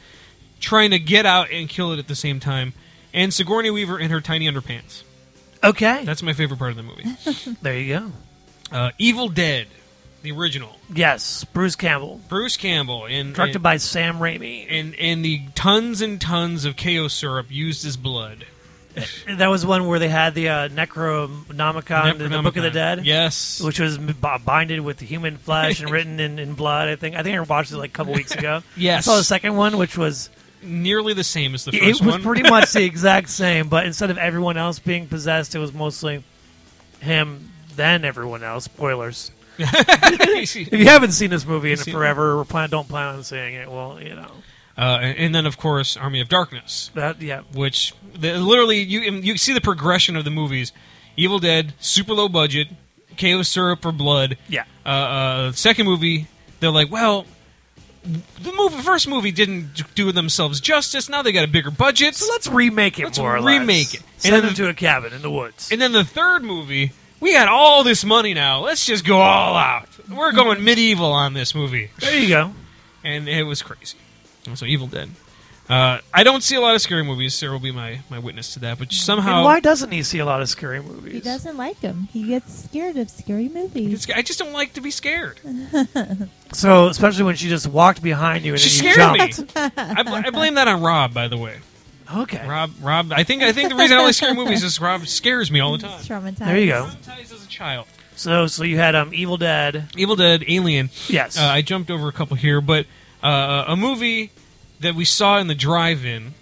S1: trying to get out and kill it at the same time. And Sigourney Weaver in her tiny underpants.
S2: Okay,
S1: That's my favorite part of the movie.
S2: there you go.
S1: Uh, Evil Dead, the original.
S2: Yes, Bruce Campbell,
S1: Bruce Campbell in
S2: directed
S1: in-
S2: by Sam Raimi.
S1: and and the tons and tons of KO syrup used as blood.
S2: That was one where they had the uh, Necronomicon, the- the Book of the
S1: Necronomicon.
S2: Dead.
S1: Yes.
S2: Which was b- binded with human
S1: [laughs]
S2: flesh and written in, in blood. I think I think I watched it like a couple weeks ago.
S1: Yes.
S2: I saw the second one, which was
S1: Nearly the same as the
S2: it
S1: first
S2: was
S1: one.
S2: pretty
S1: [laughs]
S2: much the exact same, but instead of everyone else being possessed, it was mostly him, then everyone else. Spoilers. If you haven't seen this movie in
S1: seen it?
S2: forever, or plan, don't plan on seeing it. Well, you know
S1: [laughs] uh, and and then of course Army of Darkness,
S2: that. Yeah,
S1: which the, literally you you see the progression of the movies. Evil Dead, super low budget, KO syrup for blood.
S2: yeah.
S1: Uh, uh, second movie, they're like, well, the movie first movie didn't do themselves justice. Now they got a bigger budget.
S2: So let's remake it
S1: Let's
S2: more. Or
S1: remake
S2: less.
S1: it. And
S2: Send
S1: then
S2: them
S1: the-
S2: to a cabin in the woods.
S1: And then the third movie, we had all this money now. Let's just go all out. We're going medieval on this movie.
S2: there
S1: [laughs]
S2: you go.
S1: And it was crazy. So Evil Dead. Uh, I don't see a lot of scary movies. Sarah will be my, my witness to that. But somehow,
S2: And why doesn't he see a lot of scary movies?
S5: He does.
S3: doesn't like them. He gets scared of scary movies.
S1: it's- I just don't like to be scared.
S2: So especially when she just walked behind you and
S1: She
S2: then you
S1: scared me.
S2: jumped.
S1: I, bl- I blame that on Rob, by the way.
S2: Okay.
S1: Rob, Rob. I think I think the reason I don't like scary movies is Rob scares me all the time.
S3: He's traumatized.
S2: There you go.
S1: Traumatized as a child.
S2: So so you had um Evil Dead.
S1: Evil Dead, Alien.
S2: Yes.
S1: Uh, I jumped over a couple here, but uh, a movie that we saw in the drive-in.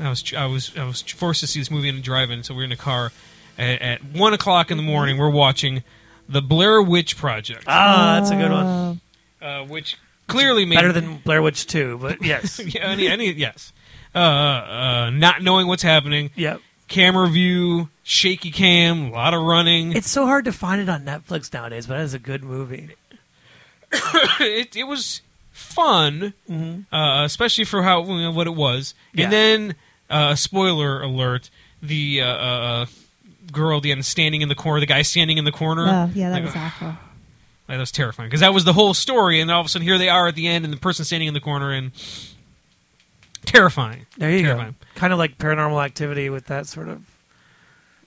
S1: I was I was I was forced to see this movie in a drive-in, so we are in a car at, at one o'clock in the morning. We're watching the Blair Witch Project,
S2: ah, that's a good one.
S1: uh, which clearly made
S2: Better than Blair Witch 2, but
S1: [laughs]
S2: yes.
S1: yeah, any, any yes. Uh, uh, not knowing what's happening,
S2: yep.
S1: camera view, shaky cam, a lot of running. [coughs]
S2: It's so hard to find it on Netflix nowadays, but that is a good movie.
S1: it, it was fun, uh, especially for how you know, what it was.
S2: Yeah.
S1: And then, uh, spoiler alert: the uh, uh, girl at the end standing in the corner, the guy standing in the corner.
S5: Oh, yeah, that
S1: Like,
S5: was awful.
S1: that was terrifying because that was the whole story, and all of a sudden here they are at the end, and the person standing in the corner, and terrifying.
S2: There you
S1: Terrifying.
S2: go. Kind of like Paranormal Activity with that sort of.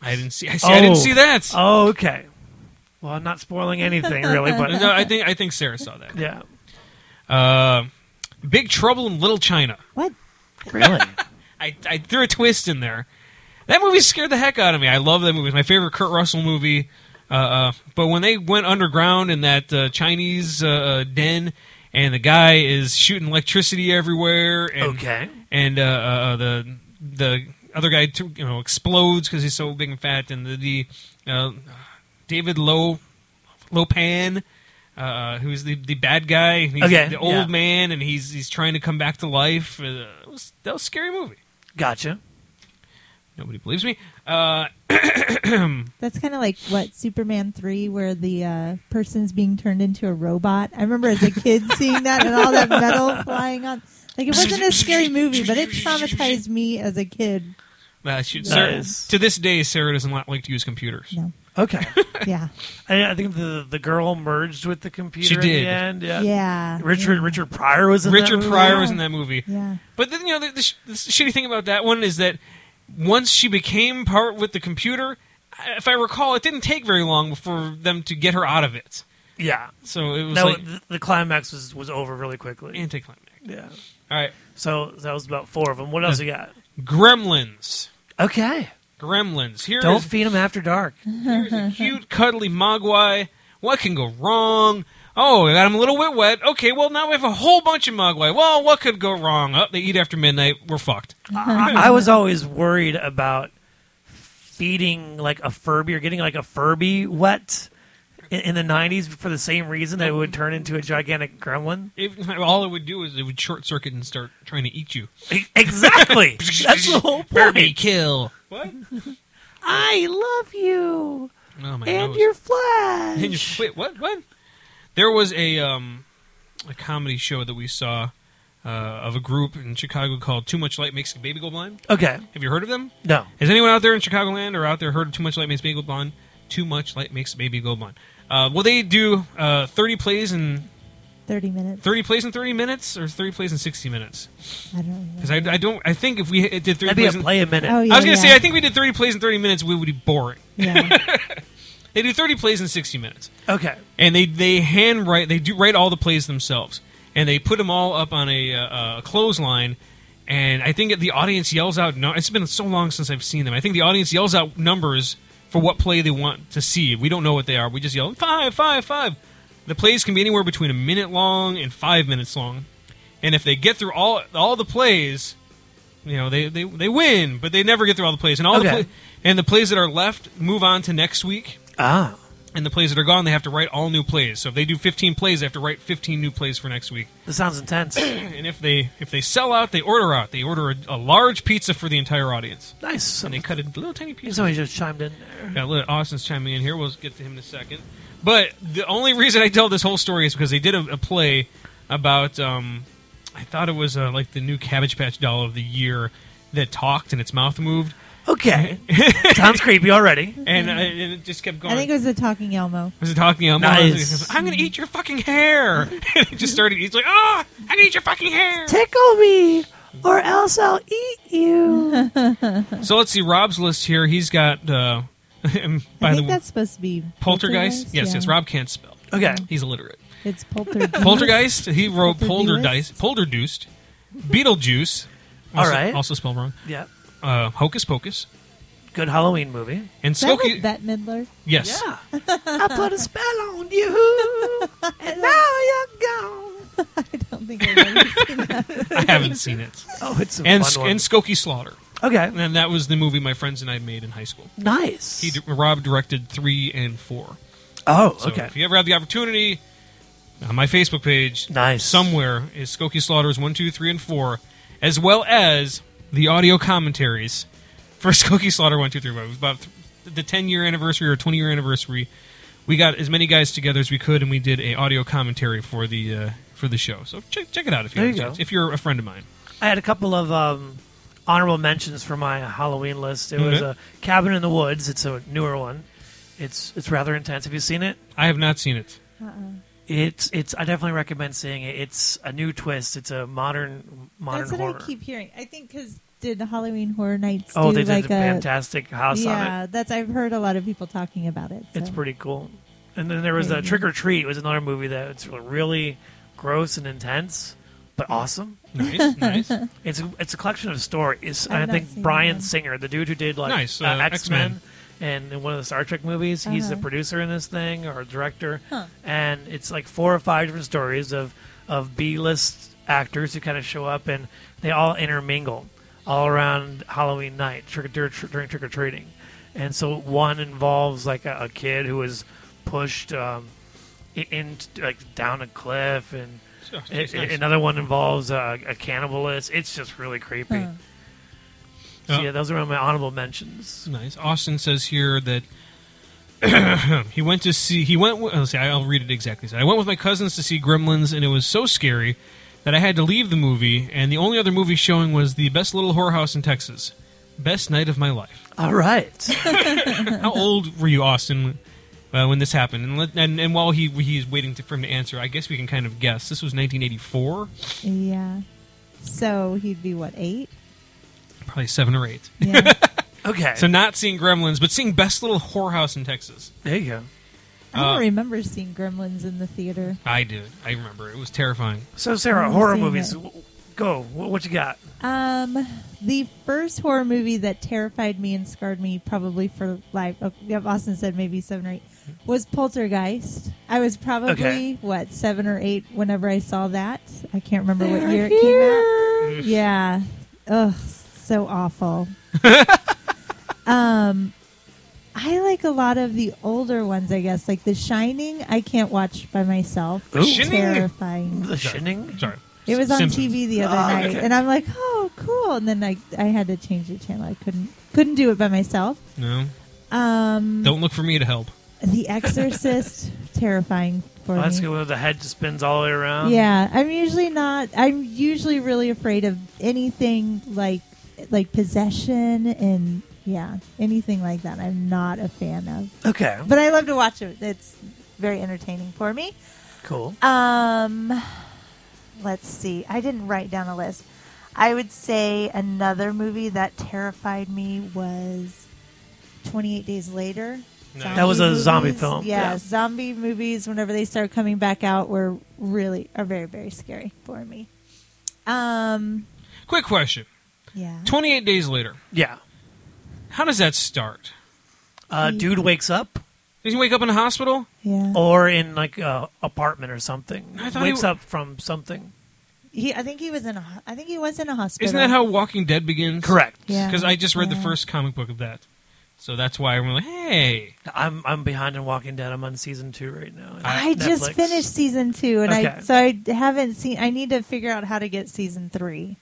S1: I didn't see. I, see, I didn't
S2: Oh.
S1: see that.
S2: Oh, okay. Well, I'm not spoiling anything really, but
S1: [laughs] No, I think I think Sarah saw that.
S2: yeah,
S1: Uh, Big Trouble in Little China.
S5: What?
S2: [laughs] really.
S1: I, I threw a twist in there. That movie scared the heck out of me. I love that movie. It's my favorite Kurt Russell movie. Uh, uh, but when they went underground in that uh, Chinese uh, uh, den, and the guy is shooting electricity everywhere, and,
S2: Okay.
S1: and uh, uh, uh, the the other guy too, you know explodes because he's so big and fat, and the, the uh, David Low Lopan. Uh, who's the the bad guy? He's
S2: Okay,
S1: the old
S2: yeah.
S1: man, and he's he's trying to come back to life. Uh, it was, that was a scary movie.
S2: Gotcha.
S1: Nobody believes me. Uh,
S5: That's kind of like what Superman three, where the uh, person's being turned into a robot. I remember as a kid seeing that and all that metal flying on. Like it wasn't a scary movie, but it traumatized me as a kid.
S1: uh, she,
S2: Nice.
S1: Sarah, to this day, Sarah doesn't li- like to use computers.
S5: No,
S2: Okay.
S5: yeah,
S2: [laughs] I, I think the the girl merged with the computer
S1: She
S2: at
S1: did.
S2: the end. Yeah.
S5: yeah.
S2: Richard Richard Pryor was in that
S1: Richard
S2: movie?
S1: Pryor was in that movie.
S5: Yeah,
S1: But then, you know, the, the, sh- the shitty thing about that one is that once she became part with the computer, I- if I recall, it didn't take very long for them to get her out of it.
S2: Yeah.
S1: So it was
S2: No,
S1: like
S2: the, the climax was, was over really quickly.
S1: anticlimactic.
S2: yeah.
S1: All right,
S2: So that was about four of them. What else you got?
S1: Gremlins.
S2: Okay.
S1: Gremlins. Here
S2: Don't
S1: is-
S2: feed them
S1: [laughs]
S2: after dark.
S1: here's
S2: [laughs]
S1: a cute, cuddly mogwai. What can go wrong? Oh, I got him a little bit wet. Okay, well now we have a whole bunch of mogwai. Well, what could go wrong? Oh, they eat after midnight. We're fucked.
S2: I, I was always worried about feeding like a Furby or getting like a Furby wet in, in the 90s for the same reason that it would turn into a gigantic gremlin.
S1: If, [laughs] all it would do is it would short circuit and start trying to eat you.
S2: E-
S1: [laughs]
S2: Exactly. That's the whole
S1: Furby
S2: point.
S1: kill. What?
S2: I love you
S1: Oh my
S2: and
S1: nose.
S2: your
S1: [laughs]
S2: flash.
S1: And your- wait, what? What? There was a um, a comedy show that we saw uh, of a group in Chicago called Too Much Light Makes a Baby Go Blind.
S2: Okay.
S1: Have you heard of them?
S2: No.
S1: Has anyone out there in Chicagoland or out there heard of Too Much Light Makes Baby Go Blonde? Too Much Light Makes Baby Go Blonde. Uh, well, they do uh, 30 plays in
S5: 30 minutes.
S1: 30 plays in 30 minutes or 30 plays in 60 minutes.
S5: I
S1: [laughs]
S5: don't know.
S1: Because I, I don't, I think if we did 30
S2: That'd be a
S1: plays in,
S2: play a minute.
S5: Oh, yeah.
S1: I was going to say,
S5: yeah.
S1: I think we did 30 plays in 30 minutes, we would be boring.
S5: Yeah.
S1: They do 30 plays in 60 minutes.
S2: Okay.
S1: and they they hand write they do write all the plays themselves and they put them all up on a, uh, a clothesline and i think the audience yells out no it's been so long since i've seen them i think the audience yells out numbers for what play they want to see we don't know what they are we just yell five five five the plays can be anywhere between a minute long and five minutes long and if they get through all all the plays you know they, they, they win but they never get through all the plays and all the
S2: Okay.
S1: play, and the plays that are left move on to next week
S2: Ah.
S1: and the plays that are gone, they have to write all new plays. So if they do 15 plays, they have to write 15 new plays for next week. [clears throat]
S2: This sounds intense.
S1: And if they if they sell out, they order out. They order a, a large pizza for the entire audience,
S2: nice.
S1: and they cut a little tiny piece.
S2: Somebody just chimed in there.
S1: Yeah, look, Austin's chiming in here. We'll get to him in a second. But the only reason I tell this whole story is because they did a, a play about. Um, I thought it was uh, like the new Cabbage Patch doll of the year that talked and its mouth moved, [laughs]
S2: Okay. sounds creepy already.
S1: and, uh, and it just kept going.
S5: I think it was the talking Elmo.
S1: was it talking to him?
S2: Nice.
S1: I'm gonna eat your fucking hair. [laughs] and he just started. He's like, ah, I'm gonna eat your fucking hair.
S2: Tickle me, or else I'll eat you.
S1: So let's see Rob's list here. He's got. Uh, [laughs] and by
S5: I
S1: the
S5: think
S1: way,
S5: that's supposed to be
S1: poltergeist. Yes,
S5: yeah.
S1: yes. Rob can't spell.
S2: [laughs] okay.
S1: He's illiterate. [laughs]
S5: It's poltergeist.
S1: Poltergeist. He wrote poltergeist. Poltergeist.
S5: Poltergeist.
S1: Beetlejuice. Also,
S2: All right.
S1: Also spelled wrong.
S2: Yeah.
S1: Uh, Hocus Pocus.
S2: Good Halloween movie.
S1: And
S5: Is that
S1: Skokie.
S5: with Bette Midler? [laughs]
S1: yes. [laughs]
S2: I put a spell on you, and now you're gone.
S5: I don't think
S1: [laughs]
S5: I've ever seen that.
S1: I haven't seen
S2: [laughs]
S1: it.
S2: Oh, it's a
S1: And
S2: fun one.
S1: and Skokie Slaughter.
S2: okay.
S1: And that was the movie my friends and I made in high school.
S2: Nice.
S1: He, Rob directed three and four.
S2: oh,
S1: So
S2: okay.
S1: if you ever have the opportunity, on my Facebook page,
S2: Nice.
S1: somewhere is Skokie Slaughter's one, two, three, and four, as well as the audio commentaries for [laughs] Skokie Slaughter one, two, three, four. It was about th- the ten year anniversary or twenty year anniversary. We got as many guys together as we could, and we did a audio commentary for the uh, for the show. So check check it out if you
S2: There
S1: have
S2: you
S1: a
S2: go.
S1: chance, if you're a friend of mine.
S2: I had a couple of um, honorable mentions for my Halloween list. It was
S1: Okay.
S2: a Cabin in the Woods. It's a newer one. It's it's rather intense. Have you seen it?
S1: I have not seen it.
S2: It's it's. I definitely recommend seeing it. It's a new twist. It's a modern modern
S5: That's what
S2: horror.
S5: I keep hearing. I think because did the Halloween Horror Nights
S2: oh,
S5: do
S2: they did
S5: like
S2: a
S5: a
S2: fantastic house on it.
S5: yeah? That's I've heard a lot of people talking about it.
S2: It's
S5: so.
S2: pretty cool. And then there was uh, Trick or Treat was another movie that it's really gross and intense, but awesome. [laughs]
S1: Nice, nice,
S2: It's a, it's a collection of stories.
S5: I've
S2: And I
S5: not
S2: think
S5: seen
S2: Brian
S5: that.
S2: Singer, the dude who did like
S1: Nice,
S2: uh,
S1: uh,
S2: X Men
S1: X-Men.
S2: and in one of the Star Trek movies, he's the
S5: Uh-huh.
S2: producer in this thing or director.
S5: Huh.
S2: And it's like four or five different stories of of B list actors who kind of show up and they all intermingle all around Halloween night trick dur- tr- during trick or treating. And so one involves like a, a kid who was pushed um, i- in like down a cliff and
S1: Sure,
S2: it,
S1: nice.
S2: Another one involves uh, a cannibalist. It's just really creepy.
S5: Huh.
S2: So
S1: Yeah.
S2: yeah, those are my honorable mentions.
S1: Nice. Austin says here that [clears throat] he went to see. He went. With, let's see, I'll read it exactly. So I went with my cousins to see Gremlins, and it was so scary that I had to leave the movie. And the only other movie showing was the Best Little Whorehouse in Texas. Best night of my
S2: [laughs]
S1: life.
S2: All right.
S1: How old were you, Austin, uh, when this happened? And, let, and and while he he's waiting to, for him to answer, I guess we can kind of guess. This was 1984,
S5: yeah. So he'd be what
S2: [laughs]
S5: eight?
S1: probably seven or eight.
S5: Yeah.
S2: [laughs] okay.
S1: So not seeing Gremlins, but seeing Best Little Whorehouse in Texas.
S2: there you go.
S5: I don't
S1: Uh,
S5: remember seeing Gremlins in the theater.
S1: I did. I remember. It was terrifying.
S2: So, Sarah,
S5: haven't
S2: horror
S5: seen
S2: movies.
S5: it.
S2: W- Go. Wh- What you got?
S5: Um, the first horror movie that terrified me and scarred me probably for life. Oh, yeah, Austin said maybe seven or eight was Poltergeist. I was probably
S2: Okay.
S5: what seven or eight whenever I saw that. I can't remember what year it came out. Yeah. Ugh,
S1: [laughs]
S5: so awful. um I like a lot of the older ones, I guess. Like The Shining, I can't watch by myself.
S1: The Shining?
S5: Terrifying.
S2: The
S1: Sorry.
S2: Shining?
S1: Sorry.
S5: It was on
S1: Simpsons.
S5: TV the other
S2: Ah,
S5: night,
S2: okay.
S5: and I'm like, "Oh, cool!" And then I I had to change the channel. I couldn't couldn't do it by myself.
S1: No.
S5: Um,
S1: Don't look for me to help.
S5: The Exorcist, terrifying for
S2: Oh, that's
S5: me.
S2: good. Where the head just spins all the way around.
S5: Yeah, I'm usually not. I'm usually really afraid of anything like like possession and yeah, anything like that. I'm not a fan of,
S2: Okay.
S5: but I love to watch it. It's very entertaining for me.
S2: Cool.
S5: Um, let's see. I didn't write down a list. I would say another movie that terrified me was 28 Days Later.
S1: Nice.
S5: Zombie
S1: That
S2: was a zombie
S5: movies.
S2: film,
S5: Yeah,
S2: yeah.
S5: zombie movies whenever they start coming back out were really are very very scary for me. Um,
S1: Quick question.
S5: yeah.
S1: 28 days later.
S2: Yeah.
S1: How does that start?
S2: Uh, dude wakes up,
S1: Does he wake up in the hospital?
S5: Yeah.
S2: or in like a apartment or something.
S1: I thought he
S2: Wakes
S1: wa-
S2: up from something.
S5: He, I think he was in a ho- I think he was in a hospital.
S1: Isn't that how Walking Dead begins?
S2: Correct.
S5: Yeah.
S1: Because I just read the
S5: Yeah.
S1: first comic book of that. So that's why I'm like, hey.
S2: I'm I'm behind in Walking Dead. I'm on season two right now.
S5: I just
S2: Netflix.
S5: finished season 2 and I
S2: Okay.
S5: so I haven't seen I need to figure out how to get season 3.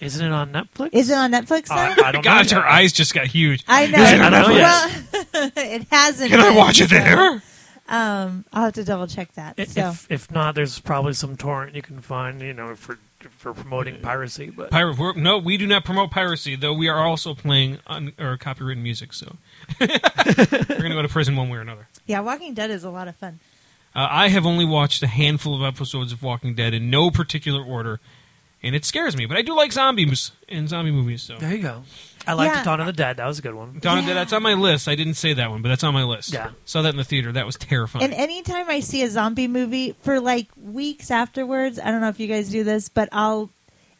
S2: Isn't it on Netflix?
S5: Is it on Netflix now?
S2: I, Uh,
S1: [laughs]
S2: I don't
S1: God,
S2: know.
S1: her
S2: yet.
S1: eyes just got huge.
S5: I know.
S2: Is it on Netflix?
S5: Well, [laughs] it hasn't.
S1: Can I
S5: been,
S1: watch it
S5: so,
S1: there?
S5: Um, I'll have to double check that.
S2: I- If,
S5: so
S2: if not, there's probably some torrent you can find. You know, for for promoting piracy. But
S1: Pirate, we're- no, we do not promote piracy, though we are also playing un, or copywritten music, so [laughs] we're going to go to prison one way or another.
S5: yeah, Walking Dead is a lot of fun.
S1: Uh, I have only watched a handful of episodes of Walking Dead in no particular order, and it scares me. But I do like zombies and zombie movies, so.
S2: there you go. I liked
S5: Yeah.
S2: Dawn of the Dead. That was a good one.
S1: Donna,
S5: Yeah.
S1: that's on my list. I didn't say that one, but that's on my list.
S2: Yeah.
S1: Saw that in the theater. That was terrifying.
S5: And anytime I see a zombie movie for like weeks afterwards, I don't know if you guys do this, but I'll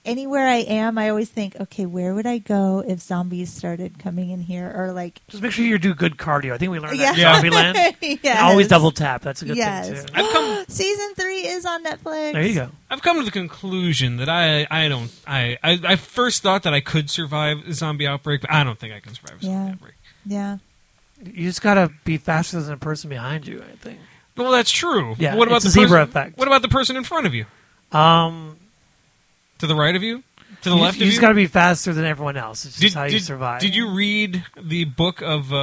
S5: anywhere I am, I always think, okay, where would I go if zombies started coming in here or like
S2: Just make sure you do good cardio. I think we learned
S5: yeah,
S2: that
S5: [laughs]
S2: in Zombieland.
S5: Yes.
S2: Always double tap. That's a good
S5: Yes.
S2: thing too.
S1: I've come
S5: Season three is on Netflix.
S2: There you go.
S1: I've come to the conclusion that I I don't I, I I first thought that I could survive a zombie outbreak, but I don't think I can survive a zombie
S5: Yeah.
S1: outbreak.
S5: Yeah.
S2: You just gotta be faster than the person behind you. I think.
S1: Well, that's true.
S2: Yeah,
S1: What about
S2: it's
S1: the
S2: a zebra
S1: person,
S2: effect.
S1: What about the person in front of you?
S2: Um,
S1: To the right of you? To the
S2: you,
S1: left
S2: you
S1: of
S2: just
S1: you?
S2: gotta be faster than everyone else. It's just
S1: did,
S2: how you
S1: did,
S2: survive.
S1: Did you read the book of uh,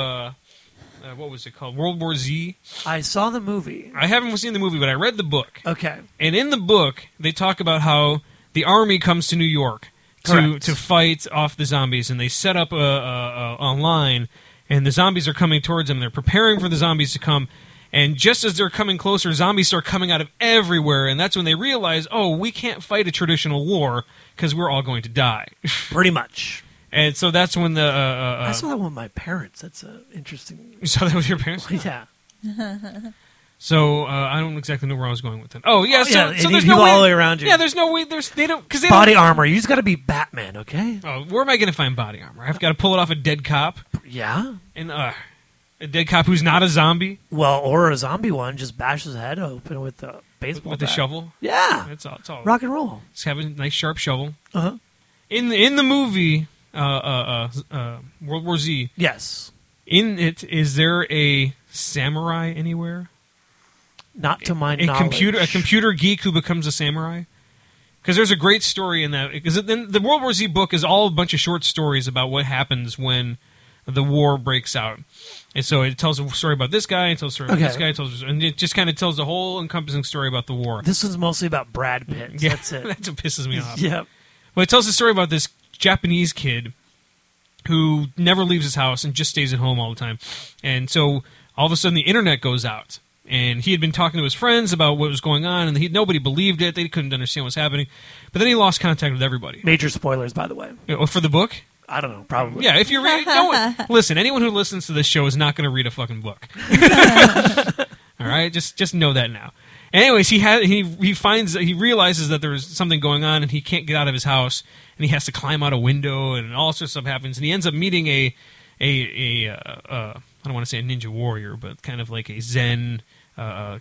S1: uh, what was it called? World War Z.
S2: I saw the movie.
S1: I haven't seen the movie, but I read the book.
S2: Okay.
S1: And in the book, they talk about how the army comes to New York to,
S2: Correct.
S1: to fight off the zombies, and they set up a, a, a, a line, and the zombies are coming towards them. They're preparing for the zombies to come, and just as they're coming closer, zombies start coming out of everywhere, and that's when they realize, oh, we can't fight a traditional war because we're all going to die. [laughs]
S2: Pretty much.
S1: and so that's when the. Uh, uh, uh,
S2: I saw that one with my parents. That's an interesting.
S1: you saw that with your parents?
S2: Yeah.
S1: So uh, I don't exactly know where I was going with it. Oh yeah,
S2: Oh,
S1: so,
S2: yeah,
S1: so
S2: it
S1: there's
S2: needs
S1: no
S2: people
S1: way
S2: all the way around you.
S1: Yeah, there's no way. There's they don't because they don't-
S2: Body armor. You just gotta be Batman, okay?
S1: Oh, where am I going to find body armor? I've got to pull it off a dead cop
S2: Yeah.
S1: and uh, a dead cop who's not a zombie
S2: Well, or a zombie one just bashes his head open with the baseball
S1: with a
S2: bat.
S1: shovel.
S2: Yeah.
S1: That's all. It's all.
S2: Rock and roll.
S1: Just have a nice sharp shovel.
S2: Uh huh.
S1: In the, in the movie, uh, uh, uh, uh, World War Z.
S2: Yes.
S1: In it, is there a samurai anywhere?
S2: Not to my
S1: A
S2: knowledge.
S1: computer, a computer geek who becomes a samurai. Because there's a great story in that. Because then the World War Z book is all a bunch of short stories about what happens when the war breaks out, and so it tells a story about this guy, it tells a story about
S2: Okay.
S1: this guy, it tells, and it just kind of tells the whole encompassing story about the war.
S2: This one's mostly about Brad Pitt. so
S1: [laughs]
S2: That's it.
S1: That's what pisses me off.
S2: yep.
S1: Well, it tells the story about this Japanese kid who never leaves his house and just stays at home all the time. And so all of a sudden the internet goes out. And he had been talking to his friends about what was going on, and he, nobody believed it. They couldn't understand what was happening. But then he lost contact with everybody.
S2: Major spoilers, by the way.
S1: You know, For the book?
S2: I don't know. Probably.
S1: Yeah, if you read no one, listen, anyone who listens to this show is not going to read a fucking book. all All right, just just know that now. Anyways, he had he he finds he realizes that there's something going on and he can't get out of his house and he has to climb out a window and all sorts of stuff happens and he ends up meeting a a a uh, uh, I don't want to say a ninja warrior but kind of like a Zen uh,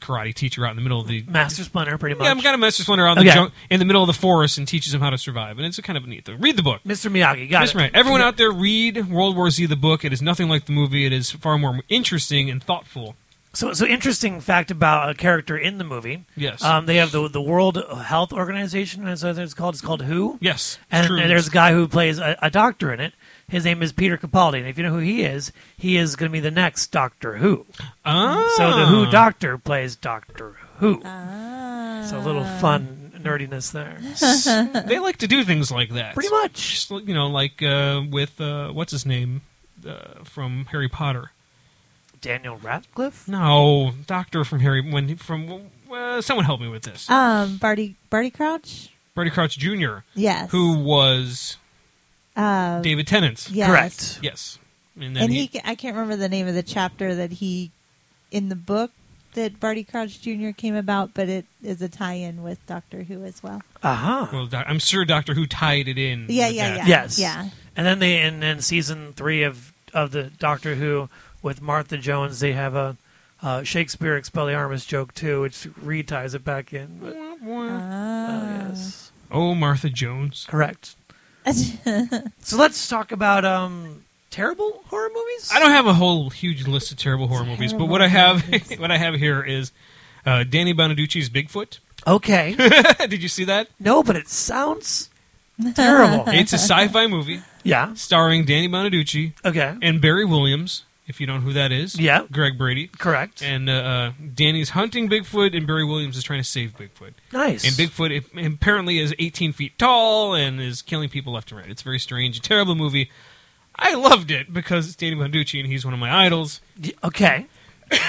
S1: karate teacher out in the middle of the
S2: Master Splinter, pretty much.
S1: yeah, I'm kind of master splinter out in,
S2: Okay.
S1: the jun- in the middle of the forest and teaches him how to survive and it's kind of neat. Though. Read the book.
S2: Mr. Miyagi, got
S1: That's
S2: it.
S1: right. Everyone out there, read World War Z the book. It is nothing like the movie. It is far more interesting and thoughtful.
S2: So, so interesting fact about a character in the movie.
S1: Yes.
S2: Um, they have the the World Health Organization, as it's called. It's called WHO.
S1: Yes,
S2: And,
S1: true.
S2: and there's a guy who plays a, a doctor in it. His name is Peter Capaldi, and if you know who he is, he is going to be the next Doctor Who.
S1: Ah.
S2: So the Who Doctor plays Doctor Who. It's a little
S5: Ah.
S2: fun nerdiness there.
S1: they like to do things like that.
S2: Pretty much.
S1: Just, like, you know, like uh, with uh, what's his name uh, from Harry Potter.
S2: Daniel Radcliffe.
S1: No, Doctor from Harry. When he- from uh, someone help me with this.
S5: Um, Barty Barty Crouch.
S1: Barty Crouch Jr.,
S5: Yes.
S1: who was
S5: Uh,
S1: David Tennant.
S5: yes.
S2: Correct.
S1: Yes, and then
S5: And
S1: he,
S5: he, I can't remember the name of the chapter that he in the book that Barty Crouch Jr. came about, but it is a tie-in with Doctor Who as well.
S2: Uh huh.
S1: well, doc, I'm sure Doctor Who tied it in.
S5: Yeah,
S1: with
S5: yeah,
S1: that.
S5: yeah.
S2: Yes.
S5: Yeah.
S2: And then they and then season three of of the Doctor Who with Martha Jones, they have a uh, Shakespeare Expelliarmus joke too, which re ties it back in. But,
S5: Ah.
S2: uh, yes,
S1: Oh, Martha Jones.
S2: correct.
S5: [laughs]
S2: So let's talk about um, terrible horror movies.
S1: I don't have a whole huge list of terrible horror movies, but what I have, [laughs] what I have here is uh, Danny Bonaducci's Bigfoot. [laughs]
S2: Okay.
S1: Did you see that?
S2: no, but it sounds
S1: [laughs]
S2: terrible.
S1: It's a sci-fi movie
S2: yeah.
S1: starring Danny Bonaducci
S2: Okay.
S1: and Barry Williams, if you know who that is.
S2: Yeah.
S1: Greg Brady.
S2: Correct.
S1: And uh, uh, Danny's hunting Bigfoot, and Barry Williams is trying to save Bigfoot.
S2: nice.
S1: And Bigfoot ap- apparently is 18 feet tall and is killing people left and right. It's very strange, a terrible movie. I loved it because it's Danny Bonaducci, and he's one of my idols.
S2: Y- Okay. [coughs]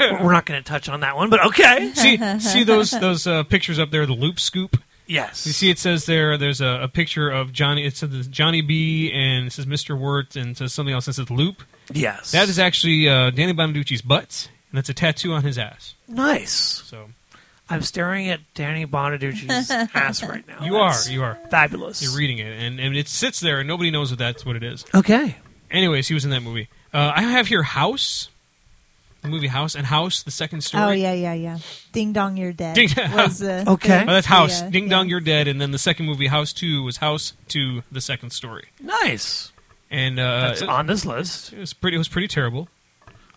S2: We're not going to touch on that one, but okay.
S1: see,
S5: [laughs]
S1: see those those uh, pictures up there, the loop scoop.
S2: Yes.
S1: You see, it says there. There's a, a picture of Johnny. It says Johnny B, and it says Mr. Wirt, and it says something else. It says Loop.
S2: Yes.
S1: That is actually uh, Danny Bonaducci's butt, and that's a tattoo on his ass.
S2: nice.
S1: So
S2: I'm staring at Danny Bonaducci's ass right now.
S1: you
S2: That's
S1: are, you are,
S2: fabulous.
S1: you're reading it, and, and it sits there, and nobody knows what that's what it is.
S2: okay.
S1: Anyways, he was in that movie. Uh, I have here House, the movie House, and House, the second story.
S5: Oh yeah, yeah, yeah. Ding dong, you're dead.
S1: Ding-
S5: was, uh,
S2: Okay.
S1: Oh, that's House.
S5: Yeah,
S1: Ding
S5: yeah.
S1: Dong, You're Dead, and then the second movie, House Two, was House Two, the second story,
S2: Nice.
S1: and uh,
S2: That's
S1: it-
S2: on this list.
S1: It was pretty. It was pretty terrible.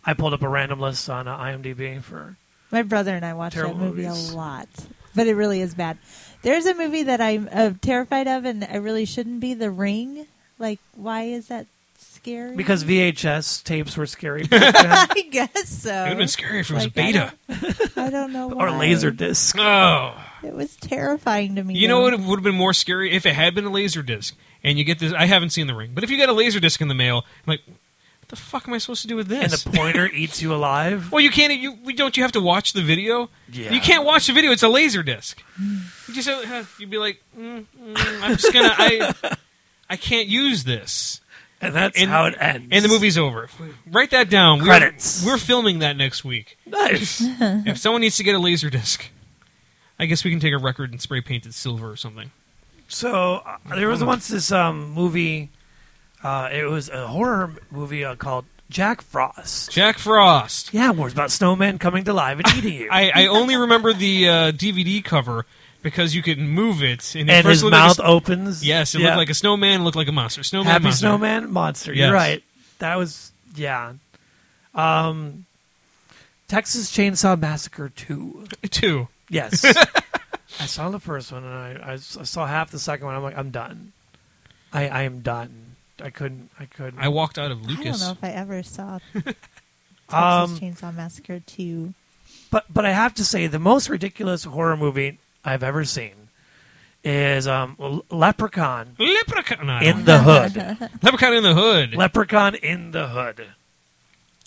S2: I pulled up a random list on uh, IMDb for.
S5: My brother and I watched that
S2: Terrible
S5: movie
S2: movies.
S5: a lot, but it really is bad. There's a movie that I'm uh, terrified of, and I really shouldn't be. The Ring. Like, why is that scary?
S2: Because VHS tapes were scary.
S1: [laughs]
S2: back then.
S5: [laughs] I guess so.
S1: It would have been scary if it was
S5: Like, I
S1: beta.
S5: I don't know. Why.
S2: or laser disc.
S1: [laughs] Oh,
S5: It was terrifying to me.
S1: you know
S5: though.
S1: what would have been more scary if it had been a laser disc. And you get this. I haven't seen the ring, but if you got a laser disc in the mail, I'm like, what the fuck am I supposed to do with
S2: And
S1: this?
S2: the pointer eats you alive.
S1: well, you can't. You don't. You have to watch the video.
S2: Yeah.
S1: You can't watch the video. It's a laser disc. You just uh, you'd be like, mm, mm, I'm just gonna. I I can't use this.
S2: And that's
S1: And-
S2: how it ends.
S1: And the movie's over. Write that down. We're-
S2: Credits.
S1: We're, filming that next week.
S2: Nice.
S1: if someone needs to get a laser disc, I guess we can take a record and spray paint it silver or something.
S2: [laughs] So uh, there was once this um, movie. Uh, it was a horror movie uh, called Jack Frost.
S1: Jack Frost.
S2: Yeah, where it's about snowmen coming to life and
S1: [laughs]
S2: eating you.
S1: I, I only remember the uh, DVD cover because you could move it, and, it
S2: and
S1: first
S2: his
S1: looked like a
S2: mouth
S1: s-
S2: opens.
S1: yes, it
S2: Yeah.
S1: looked like a snowman. Looked like a monster. Snowman.
S2: happy
S1: monster.
S2: snowman monster.
S1: Yes.
S2: You're right. That was yeah. Um, Texas Chainsaw Massacre two.
S1: Two.
S2: Yes, [laughs] I saw the first one and I, I s- I saw half the second one. I'm like, I'm done. I I am done. I couldn't. I couldn't.
S1: I walked out of
S5: I don't
S1: Lucas.
S5: know if I ever
S1: [laughs]
S5: saw Texas
S2: Um,
S5: Chainsaw Massacre two.
S2: but but I have to say the most ridiculous horror movie I've ever seen is um, Le- Leprechaun
S1: Leprechaun. No, I
S2: in
S1: don't-
S2: the
S1: [laughs]
S2: Hood.
S1: Leprechaun in the Hood.
S2: Leprechaun in the Hood.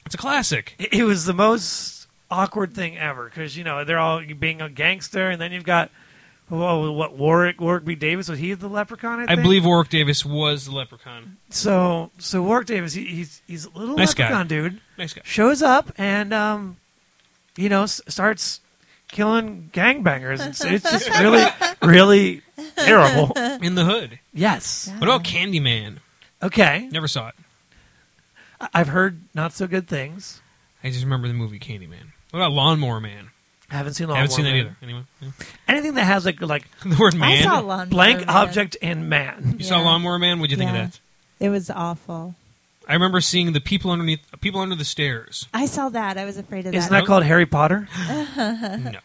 S1: it's a classic.
S2: it it was the most awkward thing ever because you know they're all being a gangster, and then you've got whoa, what Warwick Warwick B Davis was he the leprechaun? I,
S1: I
S2: think?
S1: believe Warwick Davis was the leprechaun.
S2: so. So Warwick Davis, he, he's he's a little
S1: Nice guy.
S2: leprechaun dude,
S1: Nice guy.
S2: shows up and um, you know, s- starts killing gangbangers. It's, it's just
S5: [laughs]
S2: really, really terrible.
S5: Uh,
S1: in the hood.
S2: Yes.
S1: What
S5: uh-huh.
S1: about Candyman?
S2: Okay.
S1: Never saw it.
S2: I- I've heard not so good things.
S1: I just remember the movie Candyman. What about Lawnmower Man?
S2: I haven't seen.
S1: I haven't seen that
S2: Lawnmower
S1: either. Anyone? Yeah.
S2: Man. Anything that has like like
S1: [laughs] The word man.
S5: I saw Lawnmower
S2: blank
S5: Man.
S2: object and man.
S1: you saw
S5: Yeah.
S1: Lawnmower Man. What'd you think
S5: Yeah.
S1: of that?
S5: It was awful.
S1: I remember seeing the people underneath, people under the stairs.
S5: I saw that. I was afraid of
S2: Isn't
S5: that.
S1: Oh.
S2: that called Harry
S1: [laughs]
S2: Potter?
S5: Uh-huh.
S1: Mm, no,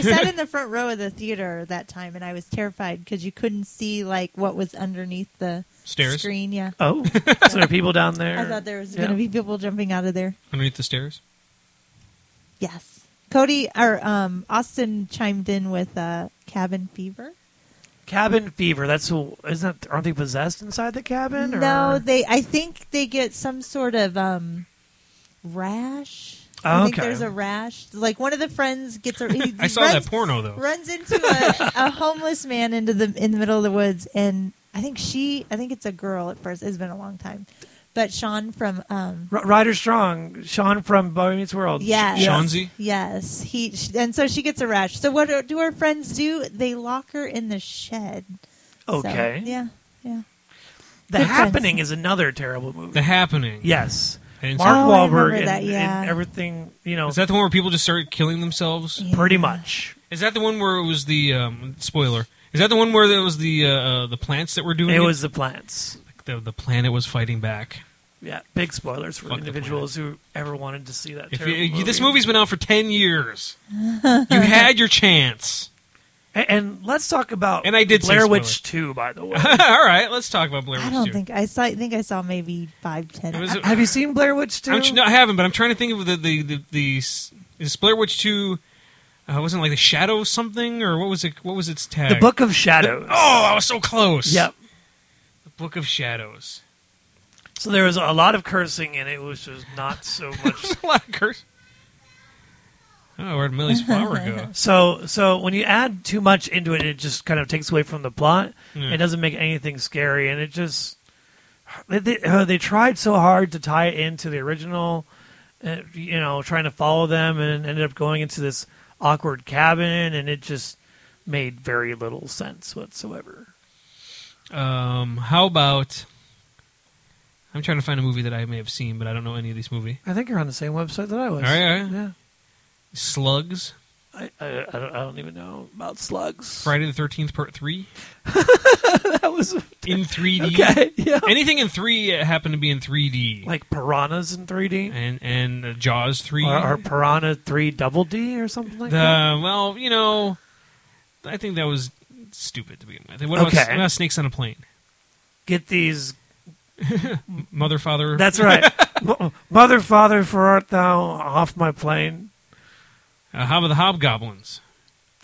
S1: [laughs]
S5: sat in the front row of the theater that time, and I was terrified because you couldn't see like what was underneath the
S1: Stairs?
S5: screen. Yeah,
S2: Oh, so there are people down there.
S5: I thought there was
S2: Yeah.
S5: going to be people jumping out of there.
S1: underneath the stairs.
S5: Yes, Cody or um, Austin chimed in with uh, cabin fever.
S2: cabin fever. That's who isn't. That, aren't they possessed inside the cabin? Or?
S5: No, they. I think they get some sort of um, rash. I think
S2: Okay.
S5: there's a rash. Like one of the friends
S1: [laughs]
S5: gets a. He
S1: I saw
S5: runs,
S1: that porno though.
S5: runs into a, a homeless man into the in the middle of the woods, and I think she. I think it's a girl at first. It's been a long time, but Sean from um,
S2: R- Ryder Strong, Sean from Boy Meets World.
S5: Yes.
S1: Shanzi?
S5: Yes. He sh- and so she gets a rash. So what do- do her friends do? They lock her in the shed. So,
S2: Okay.
S5: yeah. Yeah.
S2: The
S5: Good friends.
S2: Happening is another terrible movie.
S1: The Happening.
S2: yes.
S1: I didn't see
S2: Mark
S5: Oh, I remember
S2: Wahlberg and,
S5: that, yeah.
S2: and everything, you know,
S1: Is that the one where people just started killing themselves?
S5: Yeah.
S2: pretty much.
S1: Is that the one where it was the um, spoiler? Is that the one where it was the uh, uh, the plants that were doing
S2: It
S1: it?
S2: was the plants.
S1: the, the planet was fighting back.
S2: Yeah, big spoilers for
S1: Fuck the
S2: individuals who ever wanted to see that.
S1: If you,
S2: terrible
S1: you-
S2: movie.
S1: this movie's been out for ten years, you had your chance. [laughs]
S2: A- and let's talk about
S1: And I did see
S2: Blair
S1: spoiler.
S2: Witch Two,
S1: [laughs]
S2: by the way.
S1: All right, let's talk about Blair Witch.
S5: I don't
S1: too.
S5: think I saw. I think I saw maybe five, ten.
S1: It was-
S2: Have you seen Blair Witch Two?
S1: I'm, tr- no, I haven't, but I'm trying to think of the the the, the s- is Blair Witch Two. Uh, wasn't it like the Shadow something or what was it? What was its tag?
S2: the Book of Shadows.
S1: Oh, I was so close.
S2: yep.
S1: the Book of Shadows. [laughs]
S2: So there was a lot of cursing in it, which was not so
S1: [laughs]
S2: much
S1: There's a lot of curse. Oh, where'd Millie's flower go?
S2: [laughs] So so when you add too much into it, it just kind of takes away from the plot.
S1: Yeah.
S2: It doesn't make anything scary, and it just they they, uh, they tried so hard to tie it into the original, uh, you know, trying to follow them, and ended up going into this awkward cabin, and it just made very little sense whatsoever.
S1: Um, how about? I'm trying to find a movie that I may have seen, but I don't know any of these movie.
S2: I think you're on the same website that I was.
S1: All right, all right.
S2: Yeah.
S1: Slugs,
S2: I, I, I, don't, I don't even know about slugs.
S1: Friday the Thirteenth Part Three
S2: [laughs] That was
S1: in 3D.
S2: okay. Yeah.
S1: Anything in three uh, happened to be in 3D,
S2: Like piranhas in 3D.
S1: and and uh, Jaws three.
S2: Or, or Piranha 3 Double D or something like that?
S1: the well, you know, I think that was stupid to begin with. What about,
S2: Okay.
S1: what about snakes on a plane?
S2: Get these.
S1: Mother, father.
S2: That's right. Mo- Mother, Father, for art thou off my plane.
S1: [laughs] uh, how about the hobgoblins?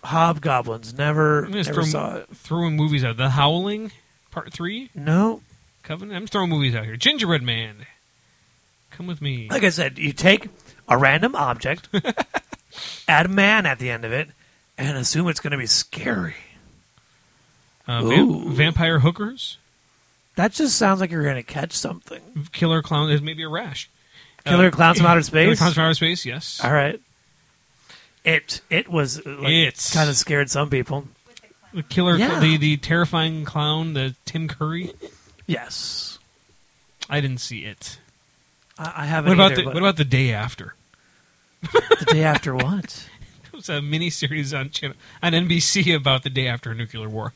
S2: Hobgoblins. Never,
S1: I'm just
S2: never
S1: throwing-
S2: saw it.
S1: Throwing movies out. The Howling, Part Three.
S2: No.
S1: Covenant. I'm just throwing movies out here. Gingerbread Man. Come with me.
S2: Like I said, you take a random object,
S1: [laughs]
S2: add a man at the end of it, and assume it's going to be scary.
S1: Uh, vamp-
S2: Ooh.
S1: vampire hookers.
S2: That just sounds like you're going to catch something.
S1: Killer clown. There's maybe a rash.
S2: Killer Clowns from Outer
S1: Killer
S2: Space?
S1: clowns from outer space. Yes.
S2: All right. It it was like,
S1: It's-
S2: kind of scared some people.
S1: The killer.
S2: Yeah.
S1: The the terrifying clown. The Tim Curry.
S2: Yes.
S1: I didn't see it.
S2: I, I haven't
S1: What about
S2: either,
S1: the
S2: but-
S1: What about the day after?
S2: the day after what?
S1: It was a miniseries on channel on NBC about the day after a nuclear war.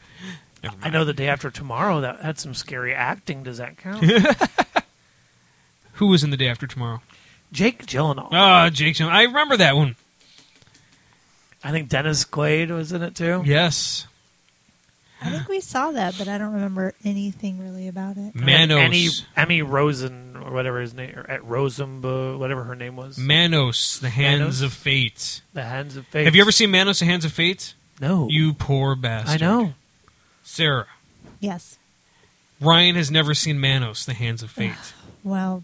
S1: Never
S2: I
S1: mind.
S2: know the day after tomorrow that had some scary acting. Does
S1: [laughs]
S2: that count?
S1: Who was in the day after tomorrow?
S2: Jake Gyllenhaal.
S1: Ah, Jake. Gyllenhaal. I remember that one.
S2: I think Dennis Quaid was in it too.
S1: Yes.
S5: I think we saw that, but I don't remember anything really about it.
S2: And then
S1: Manos.
S2: Emmy, Emmy Rosen or whatever his name, or at Rosenbo, whatever her name was.
S1: Manos, the hands
S2: Manos?
S1: of fate.
S2: the Hands of Fate.
S1: Have you ever seen Manos, the hands of fate?
S2: No.
S1: You poor bastard.
S2: I know.
S1: Sarah,
S5: Yes.
S1: Ryan has never seen Manos, the hands of
S2: [sighs]
S1: fate.
S5: Well,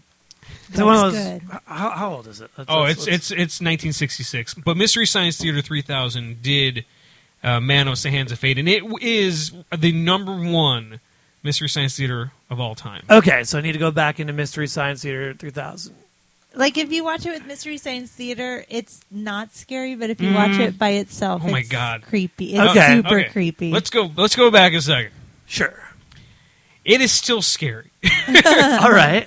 S2: It's one of
S5: That's
S2: those.
S5: good.
S2: How, how old is it? Let's-
S1: oh,
S2: let's-
S1: it's
S2: let's-
S1: it's it's 1966. But Mystery Science Theater 3000 did uh, Manos, the hands of fate, and it w- is the number one Mystery Science Theater of all time.
S2: okay. So I need to go back into Mystery Science Theater 3000.
S5: Like if you watch it with Mystery Science Theater, it's not scary, but if you watch
S1: Mm.
S5: it by itself,
S1: Oh my
S5: it's
S1: God.
S5: creepy. It's
S2: Okay.
S5: super
S1: Okay,
S5: creepy.
S1: Let's go. Let's go back a second.
S2: Sure.
S1: It is still scary.
S2: All
S1: [coughs]
S2: right.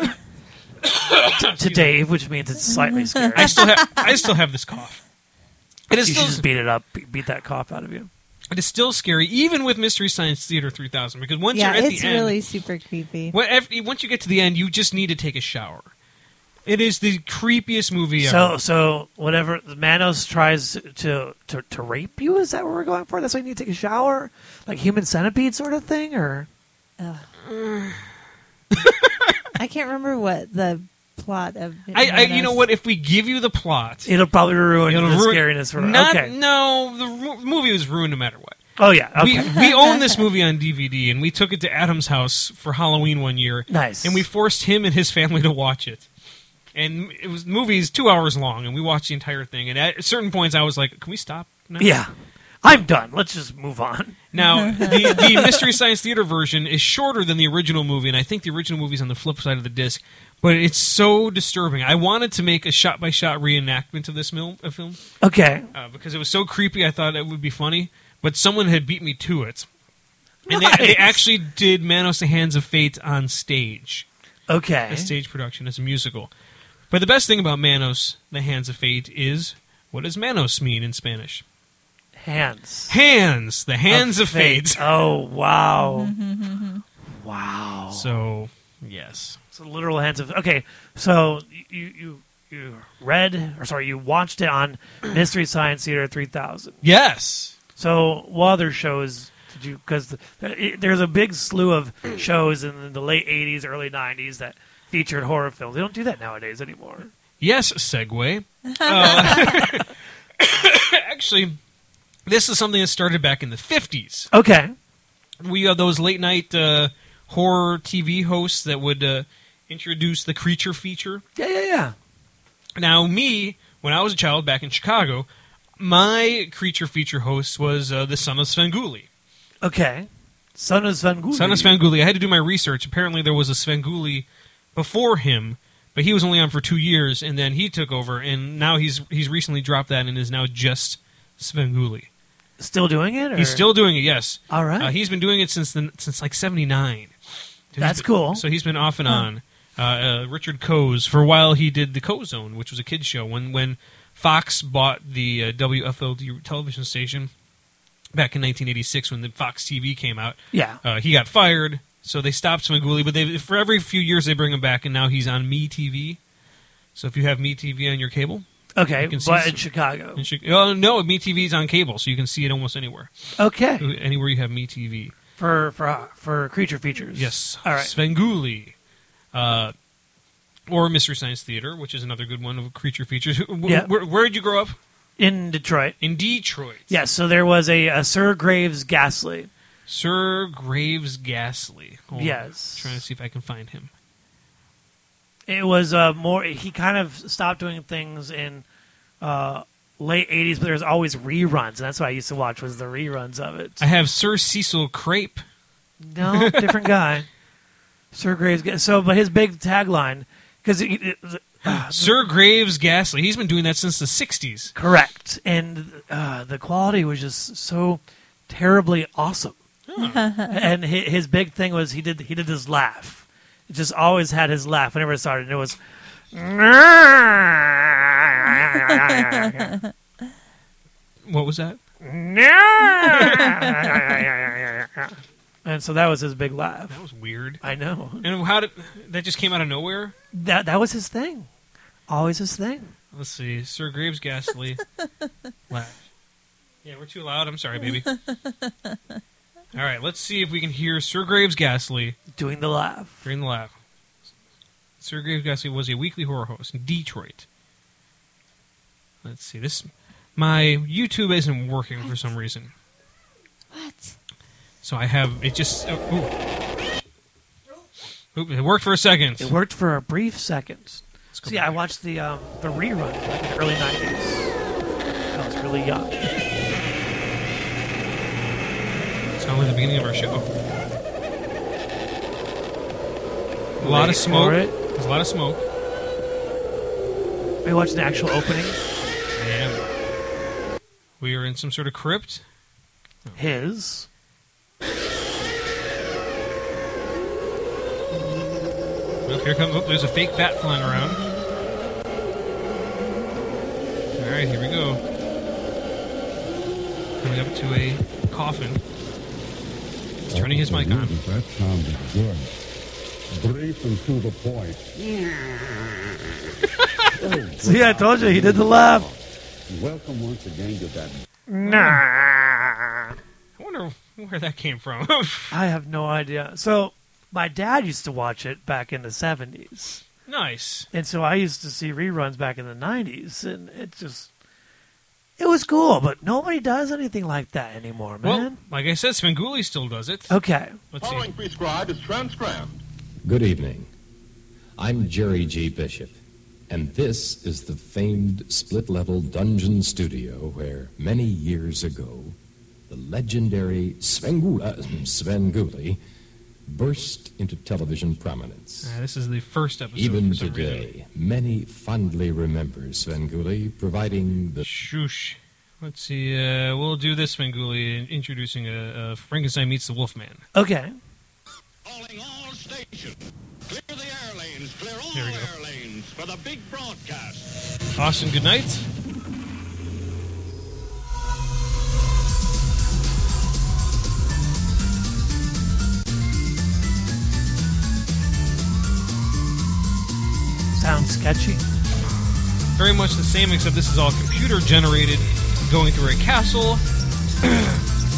S2: to Dave, which means it's slightly scary.
S1: I still have. I still have this cough. It
S2: you
S1: is
S2: should
S1: still.
S2: just beat it up, be- beat that cough out of you.
S1: It is still scary, even with Mystery Science Theater 3000, because once
S5: yeah,
S1: you're at
S5: it's
S1: the
S5: really
S1: end,
S5: super creepy.
S1: what- ev- once you get to the end, you just need to take a shower. It is the creepiest movie
S2: So,
S1: ever.
S2: so whatever Manos tries to, to to rape you, is that what we're going for? That's why you need to take a shower, like human centipede sort of thing, or
S5: I can't remember what the plot of.
S1: I, I, you
S5: Manos-
S1: know what? If we give you the plot,
S2: it'll probably ruin
S1: it'll
S2: the
S1: ruin-
S2: scariness for
S1: Not,
S2: okay.
S1: No, the ru- movie was ruined no matter what.
S2: Oh yeah, okay,
S1: We, we own
S5: [laughs]
S1: this movie on DVD, and we took it to Adam's house for Halloween one year,
S2: nice.
S1: and we forced him and his family to watch it. And it was the movie is two hours long, and we watched the entire thing. And at certain points, I was like, "Can we stop?" Now?
S2: yeah, I'm done. Let's just move on. [laughs]
S1: Now, the, the Mystery Science Theater version is shorter than the original movie, and I think the original movie's on the flip side of the disc. But it's so disturbing. I wanted to make a shot by shot reenactment of this mil- uh, film
S2: Okay,
S1: uh, because it was so creepy. I thought it would be funny, but someone had beat me to it, and they, they
S2: Nice.
S1: actually did Manos the Hands of Fate on stage,
S2: okay.
S1: a stage production as a musical. But the best thing about Manos the Hands of Fate is what does Manos mean in Spanish?
S2: Hands.
S1: Hands, the hands of, fate. Mm-hmm,
S2: Oh wow, wow.
S1: So yes.
S2: So literal hands of okay. So you you you read or sorry you watched it on [clears throat] Mystery Science Theater three thousand.
S1: Yes.
S2: So what other shows did you? Because the, it- there's a big slew of [clears throat] shows in the late '80s, early '90s that featured horror films. They don't do that nowadays anymore.
S1: Yes, [laughs] segue. Uh, [laughs] actually, this is something that started back in the 50s.
S2: Okay.
S1: We had those late night uh, horror TV hosts that would uh, introduce the creature feature.
S2: Yeah, yeah, yeah.
S1: Now, me, when I was a child back in Chicago, my creature feature host was uh, the son of Svengoolie.
S2: Okay. Son of Svengoolie.
S1: Son of Svengoolie. I had to do my research. Apparently, there was a Svengoolie before him, but he was only on for two years, and then he took over, and now he's he's recently dropped that and is now just Svengoolie.
S2: Still doing it? Or?
S1: He's still doing it. Yes,
S2: All right.
S1: uh, he's been doing it since the, since like '79.
S2: That's cool.
S1: So he's been off and on. Uh, uh, Richard Coes for a while. He did the Cozone, which was a kids show when when Fox bought the uh, WFLD television station back in 1986 when the Fox TV came out.
S2: yeah.
S1: Uh, he got fired, so they stopped Smiguli. But they, for every few years, they bring him back, and now he's on Me TV. So if you have Me TV on your cable,
S2: Okay.
S1: you can see
S2: But
S1: some-
S2: in Chicago.
S1: you should, oh no, Me TV is on cable, so you can see it almost
S2: [laughs]
S1: anywhere,
S2: Okay.
S1: anywhere you have Me TV.
S2: For for for creature features.
S1: Yes,
S2: All right.
S1: Svengoolie, uh, or Mystery Science Theater, which is another good one of creature features. [laughs] Wh-
S2: Yeah.
S1: Where, where did you grow up?
S2: in Detroit.
S1: In Detroit.
S2: Yes. So there was a, a Sir Graves Ghastly.
S1: Sir Graves Ghastly. Hold on.
S2: Yes.
S1: trying to see if I can find him.
S2: It was uh, more. He kind of stopped doing things in uh, late '80s, but there was always reruns, and that's what I used to watch was the reruns of it.
S1: I have Sir Cecil Crape.
S2: [laughs] No, different guy. Sir Graves. Ga- So, but his big tagline because Ah,
S1: Sir Graves Ghastly. He's been doing that since the 60s.
S2: correct, and uh, the quality was just so terribly awesome. and his, his big thing was he did he did his laugh. It just always had his laugh whenever it started. And it was.
S1: What was that?
S2: And so that was his big laugh.
S1: That was weird.
S2: I know.
S1: And how did that just came out of nowhere?
S2: That that was his thing. Always his thing.
S1: Let's see. Sir Graves Ghastly. Laugh. Yeah, we're too loud. I'm sorry, baby. All right, let's see if we can hear Sir Graves Ghastly
S2: Doing the laugh.
S1: during the laugh. Sir Graves Ghastly was a weekly horror host in Detroit. Let's see. This my YouTube isn't working for some reason.
S5: What?
S1: So I have it just oh, ooh. Oop, it worked for a second.
S2: It worked for a brief second.
S1: Let's go
S2: So yeah, I
S1: back.
S2: watched the um, the rerun like in the early '90s. I was really young.
S1: It's only the beginning of our show. A lot
S2: Wait
S1: of smoke.
S2: for it.
S1: There's a lot of smoke.
S2: we watched an actual opening.
S1: Yeah. We are in some sort of crypt.
S2: His.
S1: Well, here comes. Oh, there's a fake bat flying around. All right, here we go. Coming up to a coffin. He's turning his mic on.
S6: That sounded good. Brief and to the point.
S2: See, I told you he did the laugh.
S6: Welcome once again to that
S2: Nah.
S1: I wonder where that came from. [laughs]
S2: I have no idea. So my dad used to watch it back in the seventies,
S1: nice.
S2: and so I used to see reruns back in the nineties, and it just it was cool. But nobody does anything like that anymore,
S1: Well,
S2: man.
S1: like I said, Spenguli still does it.
S2: okay,
S1: Let's see.
S7: Following prescribed is transcribed.
S8: Good evening. I'm Jerry G. Bishop, and this is the famed split level dungeon studio where many years ago the legendary Svengula, Svenguli burst into television prominence.
S1: Uh, this is the first episode.
S8: Even
S1: for some reason.
S8: today, many fondly remember Svenguli providing the
S1: Shoosh. Let's see. Uh, we'll do this, Spenguli, introducing uh, uh, Frankenstein meets the Wolfman.
S2: okay.
S7: Calling all stations. Clear the air lanes. Clear all
S1: Here we go.
S7: air lanes for the big broadcast.
S1: Austin, good night.
S2: Sounds sketchy.
S1: Very much the same, except this is all computer generated, going through a castle. [clears throat]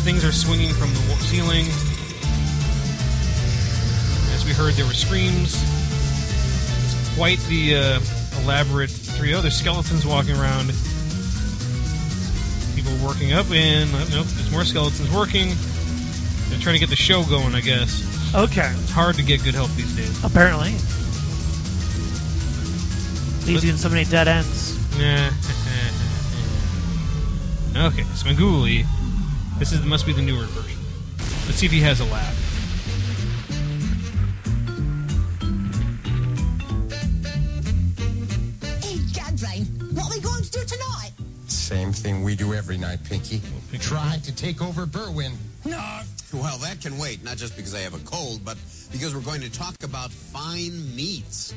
S1: Things are swinging from the wa- ceiling. As we heard, there were screams. It's quite the uh, elaborate three other skeletons walking around. People working up, and uh, nope, there's more skeletons working. They're trying to get the show going, I guess.
S2: Okay,
S1: It's hard to get good help these days.
S2: apparently leaves you in so many dead ends.
S1: Nah. [laughs] okay, Smaguli. This is must be the newer version. Let's see if he has a laugh.
S9: Hey, Gadrain, what are we going to do tonight?
S10: Same thing we do every night, Pinky.
S1: Pinky.
S10: Try to take over Berwin.
S9: No.
S7: Well, that can wait, not just because I have a cold, but because we're going to talk about fine meats.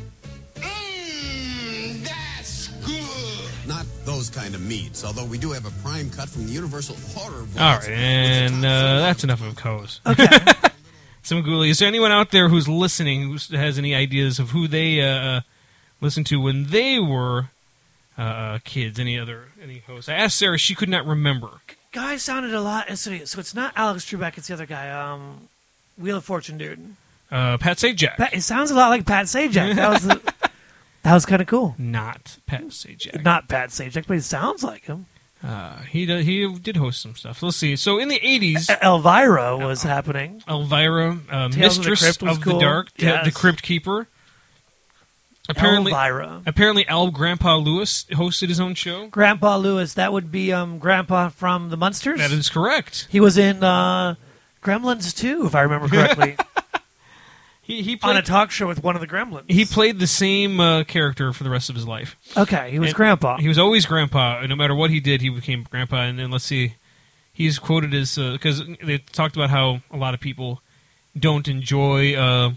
S7: Mmm, that's good. Not those kind of meats, although we do have a prime cut from the Universal Horror. Voice.
S1: All right, and uh, that's enough of Coes. [laughs]
S2: Okay,
S1: Smaguli, is there anyone out there who's listening who s- has any ideas of who they uh, listened to when they were uh, kids? Any other any hosts? I asked Sarah; she could not remember.
S2: guy sounded a lot. So it's not Alex Trebek. It's the other guy. Um, Wheel of Fortune dude.
S1: Uh, Pat Sajak,
S2: Pat, it sounds a lot like Pat Sajak. That was the, that was kind of cool.
S1: not Pat Sajak.
S2: Not Pat Sajak, but he sounds like him.
S1: Uh, he did, he did host some stuff. Let's see. So in the eighties,
S2: E, Elvira was happening.
S1: Elvira, uh,
S2: Tales of the
S1: mistress
S2: Crypt was
S1: of the
S2: cool.
S1: dark, the- the
S2: Yes.
S1: crypt keeper.
S2: Oh,
S1: Apparently,
S2: Elvira.
S1: apparently, Al Grandpa Lewis hosted his own show.
S2: Grandpa Lewis. That would be um, Grandpa from the Munsters.
S1: That is correct.
S2: he was in uh, Gremlins too, if I remember
S1: [laughs]
S2: correctly,
S1: He he
S2: on a
S1: played,
S2: talk show with one of the Gremlins.
S1: he played the same uh, character for the rest of his life.
S2: Okay, he was
S1: And
S2: Grandpa.
S1: He was always Grandpa. No matter what he did, he became Grandpa. And then let's see, he's quoted as because they talked about how a lot of people don't enjoy uh,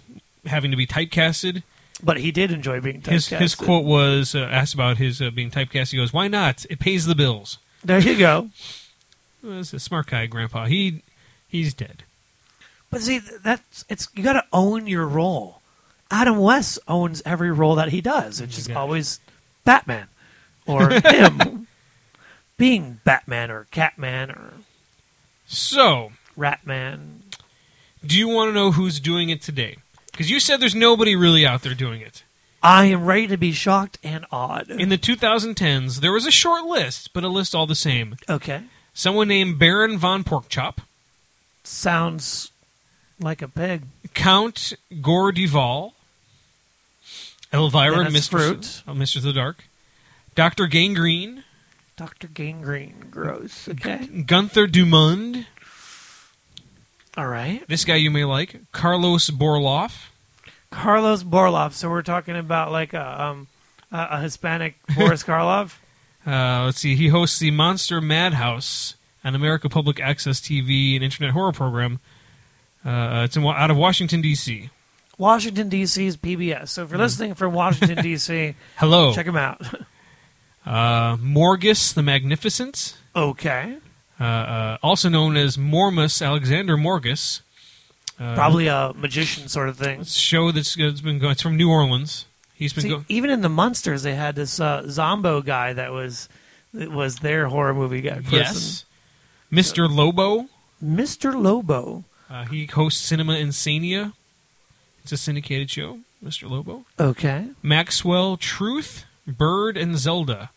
S1: having to be typecasted.
S2: but he did enjoy being
S1: His
S2: typecasted.
S1: his quote was uh, asked about his uh, being typecast. He goes, "Why not? It pays the bills."
S2: There you go.
S1: Well, It's a smart guy, Grandpa. He he's dead.
S2: But see, th- that's it's you got to own your role. Adam West owns every role that he does, which is
S1: got it.
S2: always Batman
S1: [laughs]
S2: or him being Batman or Catman or
S1: So,
S2: Ratman.
S1: do you want to know who's doing it today? Because you said there's nobody really out there doing it.
S2: I am ready to be shocked and awed.
S1: In the 2010s, there was a short list, but a list all the same.
S2: okay,
S1: Someone named Baron von Porkchop,
S2: sounds like a pig.
S1: Count Gore Duval, Elvira
S2: Dennis
S1: Mistress,
S2: Fruit.
S1: oh, Mistress of the Dark, Dr. Gangrene,
S2: Doctor Gangrene,
S1: [laughs]
S2: gross. Okay,
S1: Gunther Dumund,
S2: all right.
S1: this guy you may like, Carlos Borloff,
S2: Carlos Borloff. So we're talking about like a um, Uh,
S1: [laughs]
S2: a Hispanic Boris Karloff.
S1: Uh, let's see. He hosts the Monster Madhouse on America Public Access TV and Internet Horror Program. Uh, it's in, Wa- out of Washington D.C.
S2: Washington D.C.'s PBS. So if
S1: Hmm.
S2: you're listening
S1: [laughs]
S2: from Washington D.C.,
S1: Hello,
S2: check him out. [laughs]
S1: uh, Morgus the Magnificent,
S2: okay,
S1: uh, uh, also known as Mormus Alexander Morgus. Uh,
S2: probably a magician sort of thing.
S1: it's a show that's it's been going. It's from New Orleans. He's been
S2: See,
S1: going.
S2: even in the monsters, they had this uh, Zombo guy that was that was their horror movie guy. Person.
S1: Yes, Mr. Lobo.
S2: Mr. Lobo.
S1: Uh, he hosts Cinema Insania. It's a syndicated show. Mr. Lobo,
S2: Okay,
S1: Maxwell, Truth, Bird, and Zelda.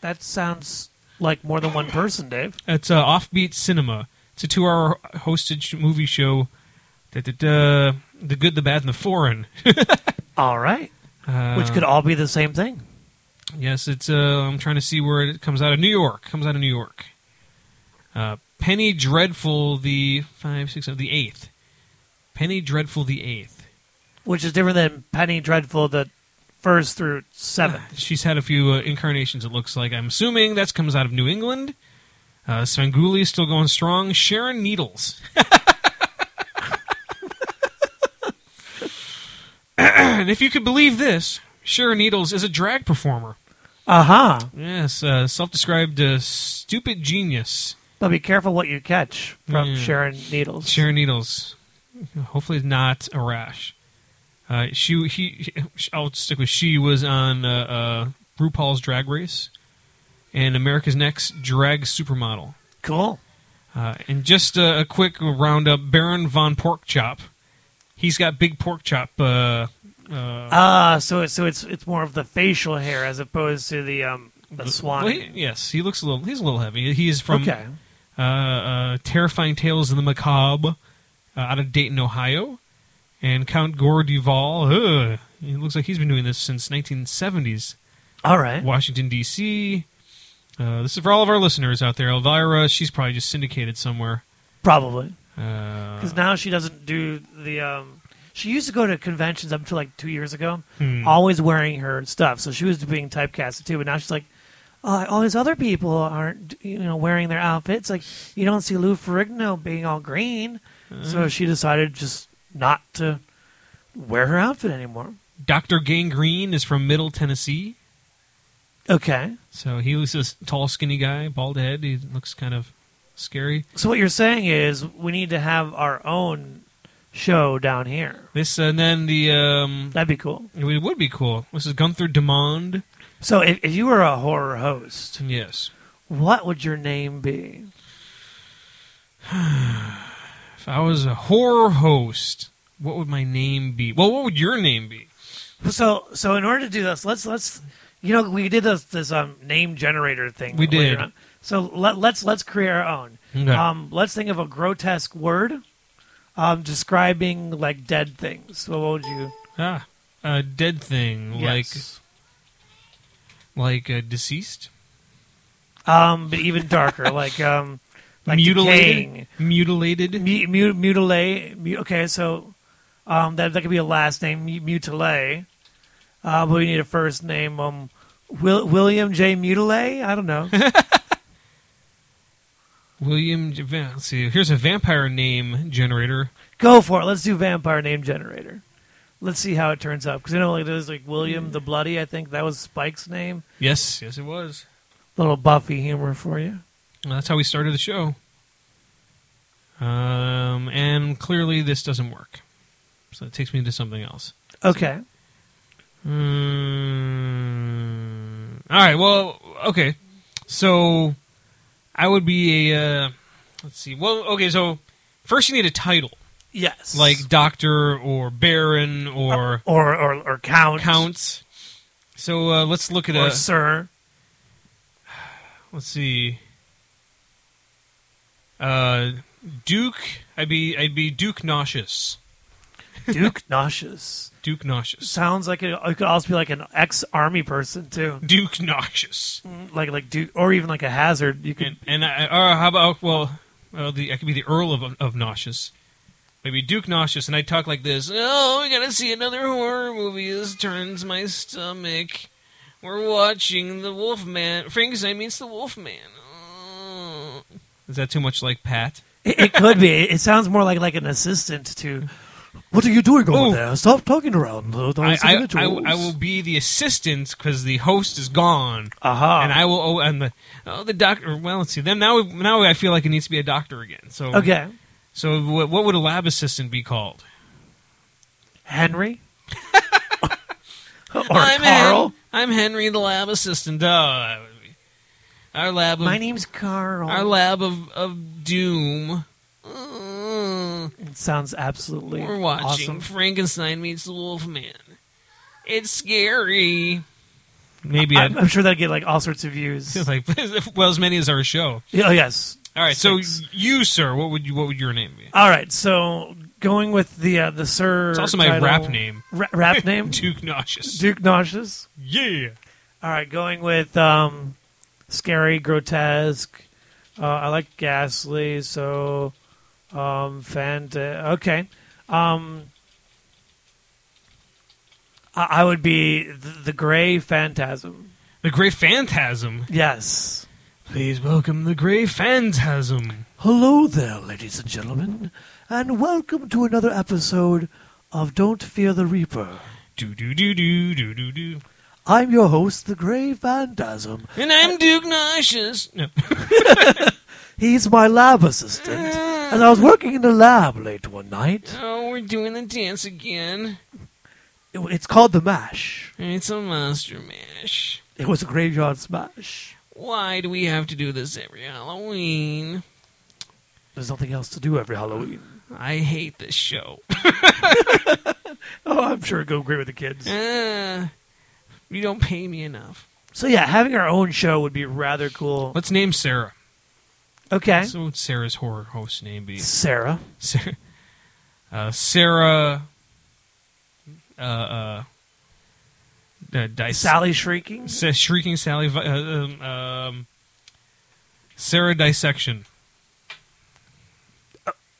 S2: that sounds like more than one person, Dave.
S1: It's uh, Offbeat Cinema. It's a two-hour hosted sh- movie show. Da, da, da, the good, the bad, and the foreign.
S2: All right,
S1: Uh,
S2: which could all be the same thing.
S1: yes, it's. Uh, I'm trying to see where it comes out of. New York comes out of New York. Uh, Penny Dreadful, the five, six, seven, the eighth. Penny Dreadful, the eighth.
S2: which is different than Penny Dreadful, the first through
S1: [sighs]
S2: seventh.
S1: She's had a few uh, incarnations. It looks like. I'm assuming that comes out of New England. Uh, Svengoolie is still going strong. Sharon Needles. [laughs] and if you could believe this, Sharon Needles is a drag performer.
S2: Uh huh.
S1: Yes, uh, self-described uh, stupid genius.
S2: But be careful what you catch from
S1: Yeah.
S2: Sharon Needles.
S1: Sharon Needles. Hopefully not a rash. Uh, she, he, she- I'll stick with she was on uh, uh, RuPaul's Drag Race and America's Next Drag Supermodel.
S2: Cool.
S1: Uh, and just a, a quick roundup: Baron von Porkchop. He's got big pork chop. Uh, uh,
S2: Ah, so so it's it's more of the facial hair as opposed to the um the swan.
S1: well, he- yes, he looks a little. He's a little heavy. He is from
S2: okay.
S1: uh, uh, Terrifying Tales of the Macabre uh, out of Dayton, Ohio. And Count Gore Duval, ugh, it looks like he's been doing this since 1970s.
S2: All right.
S1: Washington, D.C. Uh, this is for all of our listeners out there. Elvira, she's probably just syndicated somewhere.
S2: Probably
S1: Uh,
S2: because now she doesn't do the um. She used to go to conventions up until like two years ago,
S1: Hmm.
S2: always wearing her stuff. So she was being typecasted too. But now she's like, oh, all these other people aren't, you know, wearing their outfits. Like you don't see Lou Ferrigno being all green. So she decided just not to wear her outfit anymore.
S1: Dr. Gangrene is from Middle Tennessee.
S2: Okay.
S1: So he was this tall, skinny guy, bald head. He looks kind of scary.
S2: So what you're saying is we need to have our own show down here.
S1: This uh, and then the um,
S2: That'd be cool.
S1: it would be cool. This is Gunther Demond.
S2: So if, if you were a horror host,
S1: Yes,
S2: what would your name be?
S1: If I was a horror host, what would my name be? Well, what would your name be?
S2: So so in order to do this, let's let's you know we did this this um name generator thing.
S1: We
S2: earlier
S1: did.
S2: on. So let, let's let's create our own.
S1: Okay.
S2: Um, let's think of a grotesque word, um, describing like dead things. So what would you?
S1: Ah, a dead thing,
S2: Yes.
S1: like like uh, deceased,
S2: Um, but even
S1: [laughs]
S2: darker, like um, like
S1: mutilated,
S2: decaying.
S1: mutilated.
S2: Mu- mu- mutilate. Mu- okay, so um, that that could be a last name. Mu- mutilate. Uh, but we need a first name. Um, Will- William J. Mutilate. I don't know.
S1: William. J- Va- Let's see. Here's a vampire name generator.
S2: Go for it. Let's do vampire name generator. Let's see how it turns out. Because you know, like there's like William the Bloody. I think that was Spike's name.
S1: Yes, yes, it was.
S2: Little Buffy humor for you.
S1: Well, that's how we started the show. Um, and clearly this doesn't work, so it takes me to something else.
S2: Okay.
S1: Mm, all right. Well, okay. So I would be a. Uh, let's see. Well, okay. So first, you need a title
S2: Yes.
S1: like doctor or baron or
S2: or or or count
S1: count. So uh, let's look at
S2: or
S1: a.
S2: sir.
S1: Let's see. Uh, Duke. I'd be. I'd be Duke nauseous.
S2: Duke [laughs] Nauseous.
S1: Duke nauseous.
S2: Sounds like it, it could also be like an ex army person too.
S1: Duke nauseous.
S2: Like like Duke or even like a hazard. You could
S1: And, and I, or how about well, well the, I could be the Earl of of Nauseous, maybe Duke Nauseous, and I talk like this. Oh, we gotta see another horror movie. This turns my stomach. We're watching the Wolfman. Frankenstein meets the Wolfman. Oh. Is that too much like Pat?
S2: It, it could be. It sounds more like like an assistant to. What are you doing over
S1: Oh.
S2: there? Stop talking around those
S1: I, I, I,
S2: individuals."
S1: I will be the assistant because the host is gone,
S2: Aha.
S1: and I will. Oh, and the oh, the doctor. Well, let's see. Then now, now I feel like it needs to be a doctor again. So
S2: Okay,
S1: So what, what would a lab assistant be called?
S2: Henry.
S1: [laughs]
S2: or Carl.
S1: I'm Henry, the lab assistant. Oh, I would be- our lab. Of,
S2: My name's Carl.
S1: Our lab of of doom. Uh,
S2: It sounds absolutely
S1: We're watching
S2: awesome.
S1: Frankenstein meets the Wolfman. It's scary. Maybe
S2: I'm,
S1: I'd
S2: I'm sure that'd get like all sorts of views.
S1: feel like [laughs] well as many as our show.
S2: Yeah, oh yes.
S1: All right,
S2: Six.
S1: so you, sir, what would you what would your name be?
S2: All right, so going with the uh, the Sir.
S1: It's also my
S2: title-
S1: rap name.
S2: Ra-
S1: [laughs]
S2: rap name.
S1: Duke Nauseous.
S2: Duke Nauseous.
S1: Yeah.
S2: All right, going with um, scary, grotesque. Uh, I like ghastly, so um, fanta- Okay, um, I-, I would be the, the Gray Phantasm.
S1: The Grey Phantasm.
S2: Yes.
S1: Please welcome the Grey Phantasm.
S2: Hello there, ladies and gentlemen, and welcome to another episode of Don't Fear the Reaper.
S1: Do do do do do do do.
S2: I'm your host, the Grey Phantasm.
S1: And I'm Duke Nauseous. No.
S2: He's my lab assistant, and I was working in the lab late one night.
S1: Oh, we're doing the dance again.
S2: It- It's called the Mash.
S1: And It's a monster mash.
S2: It was a graveyard smash.
S1: Why do we have to do this every Halloween?
S2: There's nothing else to do every Halloween.
S1: I hate this show. [laughs]
S2: Oh, I'm sure it'd go great with the kids.
S1: Ah, you don't pay me enough.
S2: So yeah, having our own show would be rather cool.
S1: Let's name Sarah.
S2: Okay,
S1: So what's Sarah's horror host name be?
S2: Sarah.
S1: Sarah. Uh, Sarah. Uh, uh, uh, Dice.
S2: Sally shrieking.
S1: Sa- Shrieking Sally. Vi- Uh, um, um, Sarah Dissection.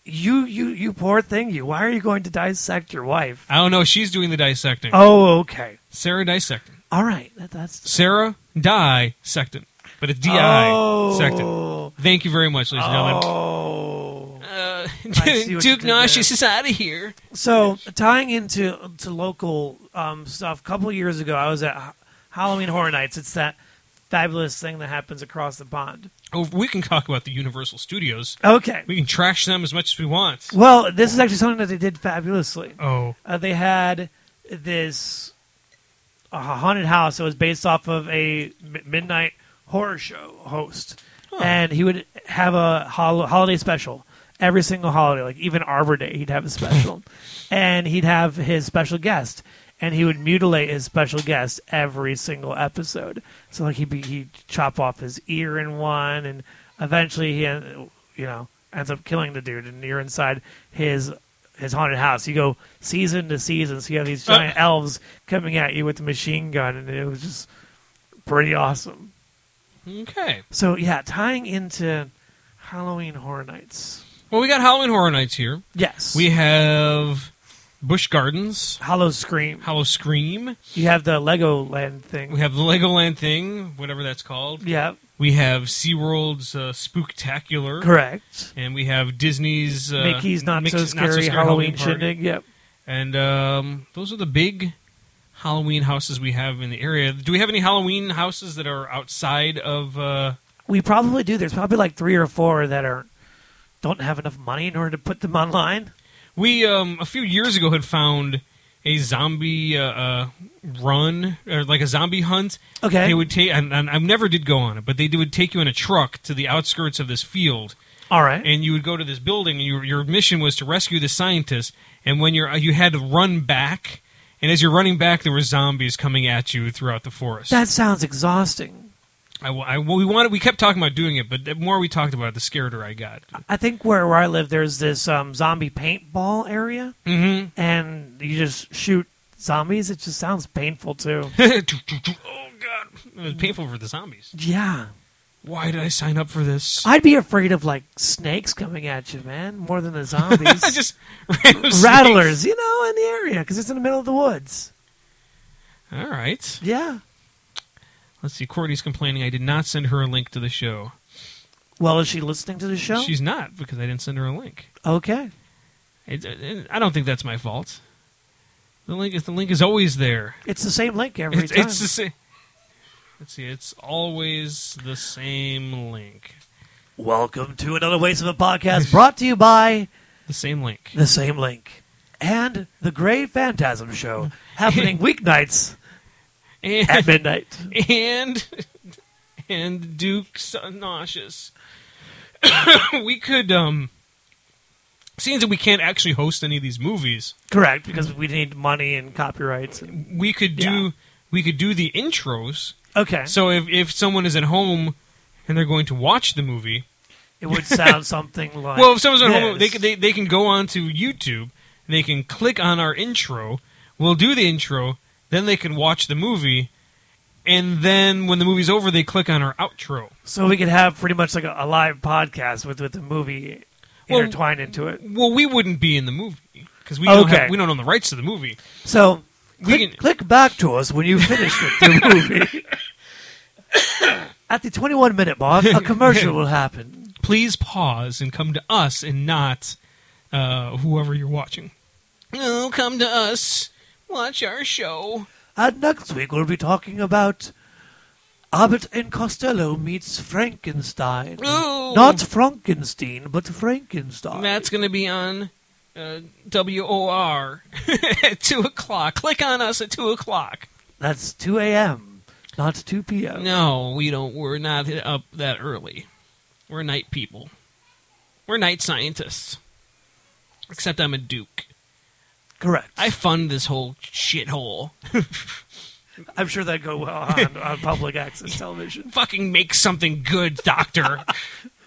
S2: You, you, you poor thing. You. Why are you going to dissect your wife?
S1: I don't know. She's doing the dissecting.
S2: Oh, okay.
S1: Sarah Dissecting.
S2: All right. That, that's
S1: Sarah Dissecting. But it's D-I.
S2: Oh.
S1: Secton. Thank you very much, ladies and gentlemen.
S2: Oh.
S1: Uh,
S2: see what you
S1: Duke
S2: did there.
S1: Nauseous is out of here.
S2: So tying into to local um, stuff, a couple of years ago, I was at Ha- Halloween Horror Nights. It's that fabulous thing that happens across the pond.
S1: Oh, we can talk about the Universal Studios.
S2: Okay.
S1: We can trash them as much as we want.
S2: Well, this is actually something that they did fabulously.
S1: Oh,
S2: Uh, they had this uh, haunted house that was based off of a mi- midnight horror show host, and he would have a hol- holiday special every single holiday, like even Arbor Day, he'd have a special, and he'd have his special guest, and he would mutilate his special guest every single episode. So like he'd be, he'd chop off his ear in one, and eventually he, en- you know, ends up killing the dude, and you're inside his his haunted house. You go season to season, so you have these giant elves coming at you with a machine gun, and it was just pretty awesome.
S1: okay.
S2: So yeah, tying into Halloween Horror Nights.
S1: Well, we got Halloween Horror Nights here.
S2: Yes,
S1: We have Bush Gardens,
S2: Hollow Scream.
S1: Hollow Scream.
S2: You have the Legoland thing.
S1: We have the Legoland thing, whatever that's called.
S2: yeah,
S1: We have SeaWorld's uh, Spooktacular.
S2: correct.
S1: And we have Disney's uh,
S2: Mickey's not,
S1: Mickey's
S2: so scary Halloween,
S1: Party.
S2: shindig. Yep.
S1: And um, those are the big Halloween houses we have in the area. Do we have any Halloween houses that are outside of? Uh,
S2: We probably do. There's probably like three or four that are don't have enough money in order to put them online.
S1: we um, a few years ago had found a zombie uh, uh, run or like a zombie hunt.
S2: Okay.
S1: They would take, and, and I never did go on it, but they would take you in a truck to the outskirts of this field,
S2: All right.
S1: and you would go to this building, and your your mission was to rescue the scientist. And when you're you had to run back, and as you're running back, there were zombies coming at you throughout the forest.
S2: that sounds exhausting.
S1: I, I- we wanted we kept talking about doing it, but the more we talked about it, the scarier I got. [laughs]
S2: I think where, where I live, there's this um, zombie paintball area,
S1: Mm-hmm.
S2: and you just shoot zombies. It just sounds painful too.
S1: oh god, it was painful for the zombies.
S2: yeah,
S1: Why did I sign up for this?
S2: I'd be afraid of like snakes coming at you, man, more than the
S1: [laughs]
S2: zombies.
S1: I [laughs] just random snakes.
S2: rattlers, you know, in the area because it's in the middle of the woods.
S1: All right,
S2: Yeah,
S1: Let's see. Courtney's complaining I did not send her a link to the show.
S2: Well, is she listening to the show?
S1: She's not because I didn't send her a link.
S2: okay.
S1: It, it- I don't think that's my fault. The link is the link is always there.
S2: It's the same link every
S1: It's,
S2: time.
S1: it's the same. Let's see. It's always the same link.
S2: Welcome to another Waste of a Podcast brought to you by
S1: The same link.
S2: The Same Link and The Grey Phantasm Show
S1: [laughs]
S2: happening weeknights at
S1: And
S2: midnight.
S1: [laughs] and and Duke's nauseous. [coughs] we could um. Seeing that we can't actually host any of these movies,
S2: Correct, because we need money and copyrights. And,
S1: we could do
S2: Yeah.
S1: we could do the intros.
S2: okay.
S1: So if if someone is at home and they're going to watch the movie,
S2: it would sound [laughs] something like.
S1: Well, if someone's at home, they,
S2: this.
S1: can- they they can go on to YouTube. They can click on our intro. We'll do the intro. Then they can watch the movie, and then when the movie's over, they click on our outro.
S2: So we could have pretty much like a, a live podcast with, with the movie
S1: Well-
S2: intertwined into it.
S1: Well, we wouldn't be in the movie because we don't
S2: Okay.
S1: have, we don't own the rights to the movie.
S2: So
S1: We
S2: click,
S1: can-
S2: click back to us when you finish with the movie.
S1: [laughs]
S2: At the 21 minute mark, a commercial will happen.
S1: Please pause and come to us, and not uh, whoever you're watching. No, come to us. Watch our show.
S2: And next week we'll be talking about Abbott and Costello meets Frankenstein.
S1: Ooh.
S2: Not Frankenstein, but Frankenstein.
S1: That's going to be on uh, WOR [laughs] at 2 o'clock. Click on us at 2 o'clock.
S2: That's 2 a.m., not 2 p.m.
S1: No, we don't. We're not up that early. We're night people. We're night scientists. Except I'm a duke.
S2: Correct.
S1: I fund this whole shithole. [laughs]
S2: I'm sure that'd go well on, on public access television.
S1: Fucking make something good, doctor.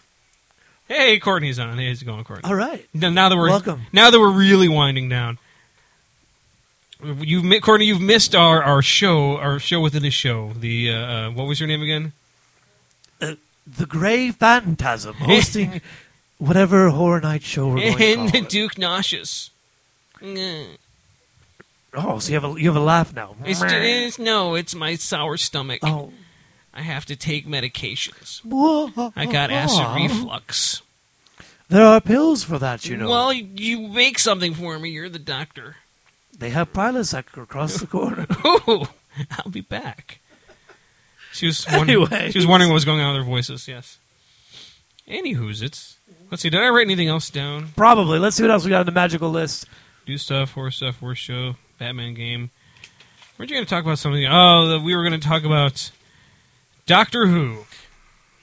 S1: [laughs] hey, Courtney's on. Hey, how's it going, Courtney?
S2: All right.
S1: Now- Now that we're
S2: Uh, Welcome.
S1: Now that we're really winding down, you've mi- Courtney, you've missed our, our show, our show within a show. The uh, uh, what was your name again?
S2: The Grey
S1: [laughs]
S2: Phantasm hosting whatever horror night show we're going to
S1: And
S2: call
S1: the
S2: it.
S1: Duke Nauseous. Mm. It's,
S2: Oh, so you have a you have a laugh now.
S1: it's no, it's my sour stomach.
S2: oh,
S1: I have to take medications.
S2: Whoa.
S1: I got acid reflux.
S2: There are pills for that, you know.
S1: Well, you make something for me. You're the doctor. [laughs]
S2: they have Prilosec across the corner. [laughs]
S1: Oh, I'll be back. She was wondering,
S2: Anyways.
S1: she was wondering what was going on with their voices. Yes. Anywho's it's. Let's see. Did I write anything else down?
S2: Probably. Let's see what else we got on the magical list.
S1: Do stuff, horror stuff, horror show, Batman game. Weren't you going to talk about something? Oh, the- we were going to talk about Doctor Who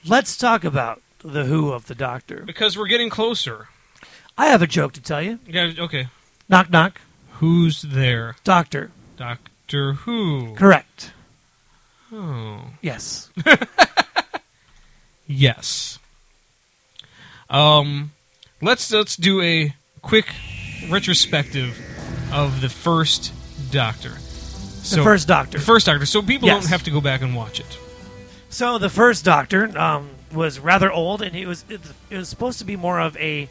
S2: Let's talk about the Who of the Doctor.
S1: because we're getting closer.
S2: I have a joke to tell you.
S1: Yeah. Okay.
S2: Knock knock.
S1: Who's there?
S2: Doctor.
S1: Doctor Who.
S2: Correct.
S1: Oh.
S2: Yes.
S1: Yes. Um, let's let's do a quick retrospective of the first Doctor.
S2: The first Doctor.
S1: The first Doctor. So people
S2: Yes.
S1: don't have to go back and watch it.
S2: So the first Doctor um, was rather old, and he was it, it was supposed to be more of a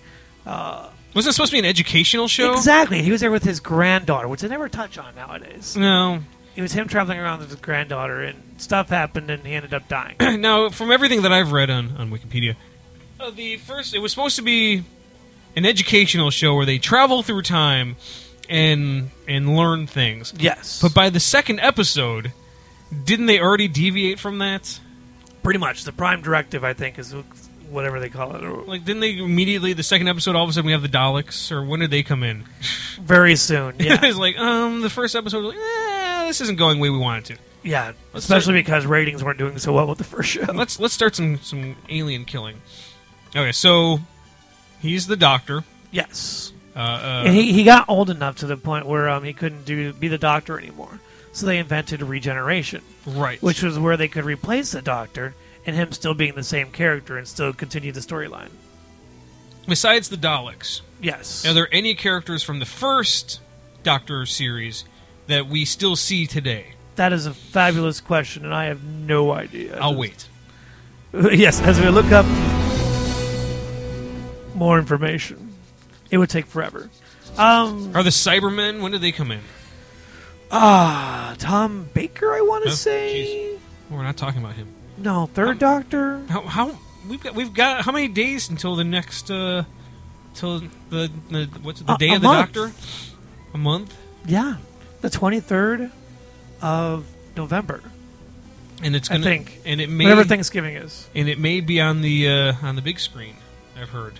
S1: Wasn't it supposed to be an educational show?
S2: exactly. He was there with his granddaughter, which they never touch on nowadays.
S1: No. [clears throat]
S2: It was him traveling around with his granddaughter, and stuff happened, and he ended up dying.
S1: now, from everything that I've read on on Wikipedia, uh, the first it was supposed to be an educational show where they travel through time and and learn things.
S2: yes,
S1: But by the second episode, didn't they already deviate from that?
S2: pretty much the prime directive, I think, is whatever they call it. or-
S1: Like, didn't they immediately the second episode? All of a sudden, we have the Daleks, or when did they come in? [laughs]
S2: Very soon, yeah,
S1: it's like, um, the first episode, was like, eh, this isn't going the way we want it to.
S2: yeah.
S1: Let's
S2: Especially because ratings weren't doing so well with the first show.
S1: [laughs] Let's let's start some some alien killing. Okay, so he's the doctor.
S2: yes,
S1: Uh, uh,
S2: and he, he got old enough to the point where um, he couldn't do be the Doctor anymore. So they invented regeneration.
S1: right,
S2: which was where they could replace the Doctor and him still being the same character and still continue the storyline.
S1: besides the Daleks,
S2: Yes.
S1: are there any characters from the first Doctor series that we still see today?
S2: that is a fabulous question, and I have no idea.
S1: I'll wait.
S2: [laughs] yes, as we look up more information, it would take forever. Um,
S1: Are the Cybermen? When did they come in?
S2: ah, Tom Baker, I want to
S1: Huh? Um,
S2: say.
S1: We're not talking about him.
S2: No, third Doctor.
S1: How, how we've got we've got how many days until the next uh till the, the what's it, the
S2: A-
S1: day
S2: a
S1: of the
S2: month.
S1: doctor? A month,
S2: Yeah, the twenty third of November.
S1: and it's
S2: I
S1: gonna
S2: think.
S1: and it may
S2: Whatever Thanksgiving is.
S1: and it may be on the uh, on the big screen. I've heard.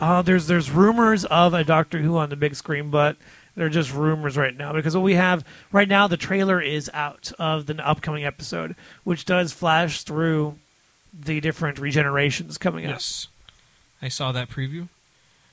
S2: Uh, there's there's rumors of a Doctor Who on the big screen, but they're just rumors right now because what we have right now the trailer is out of the upcoming episode, which does flash through the different regenerations coming up.
S1: Yes, I saw that preview.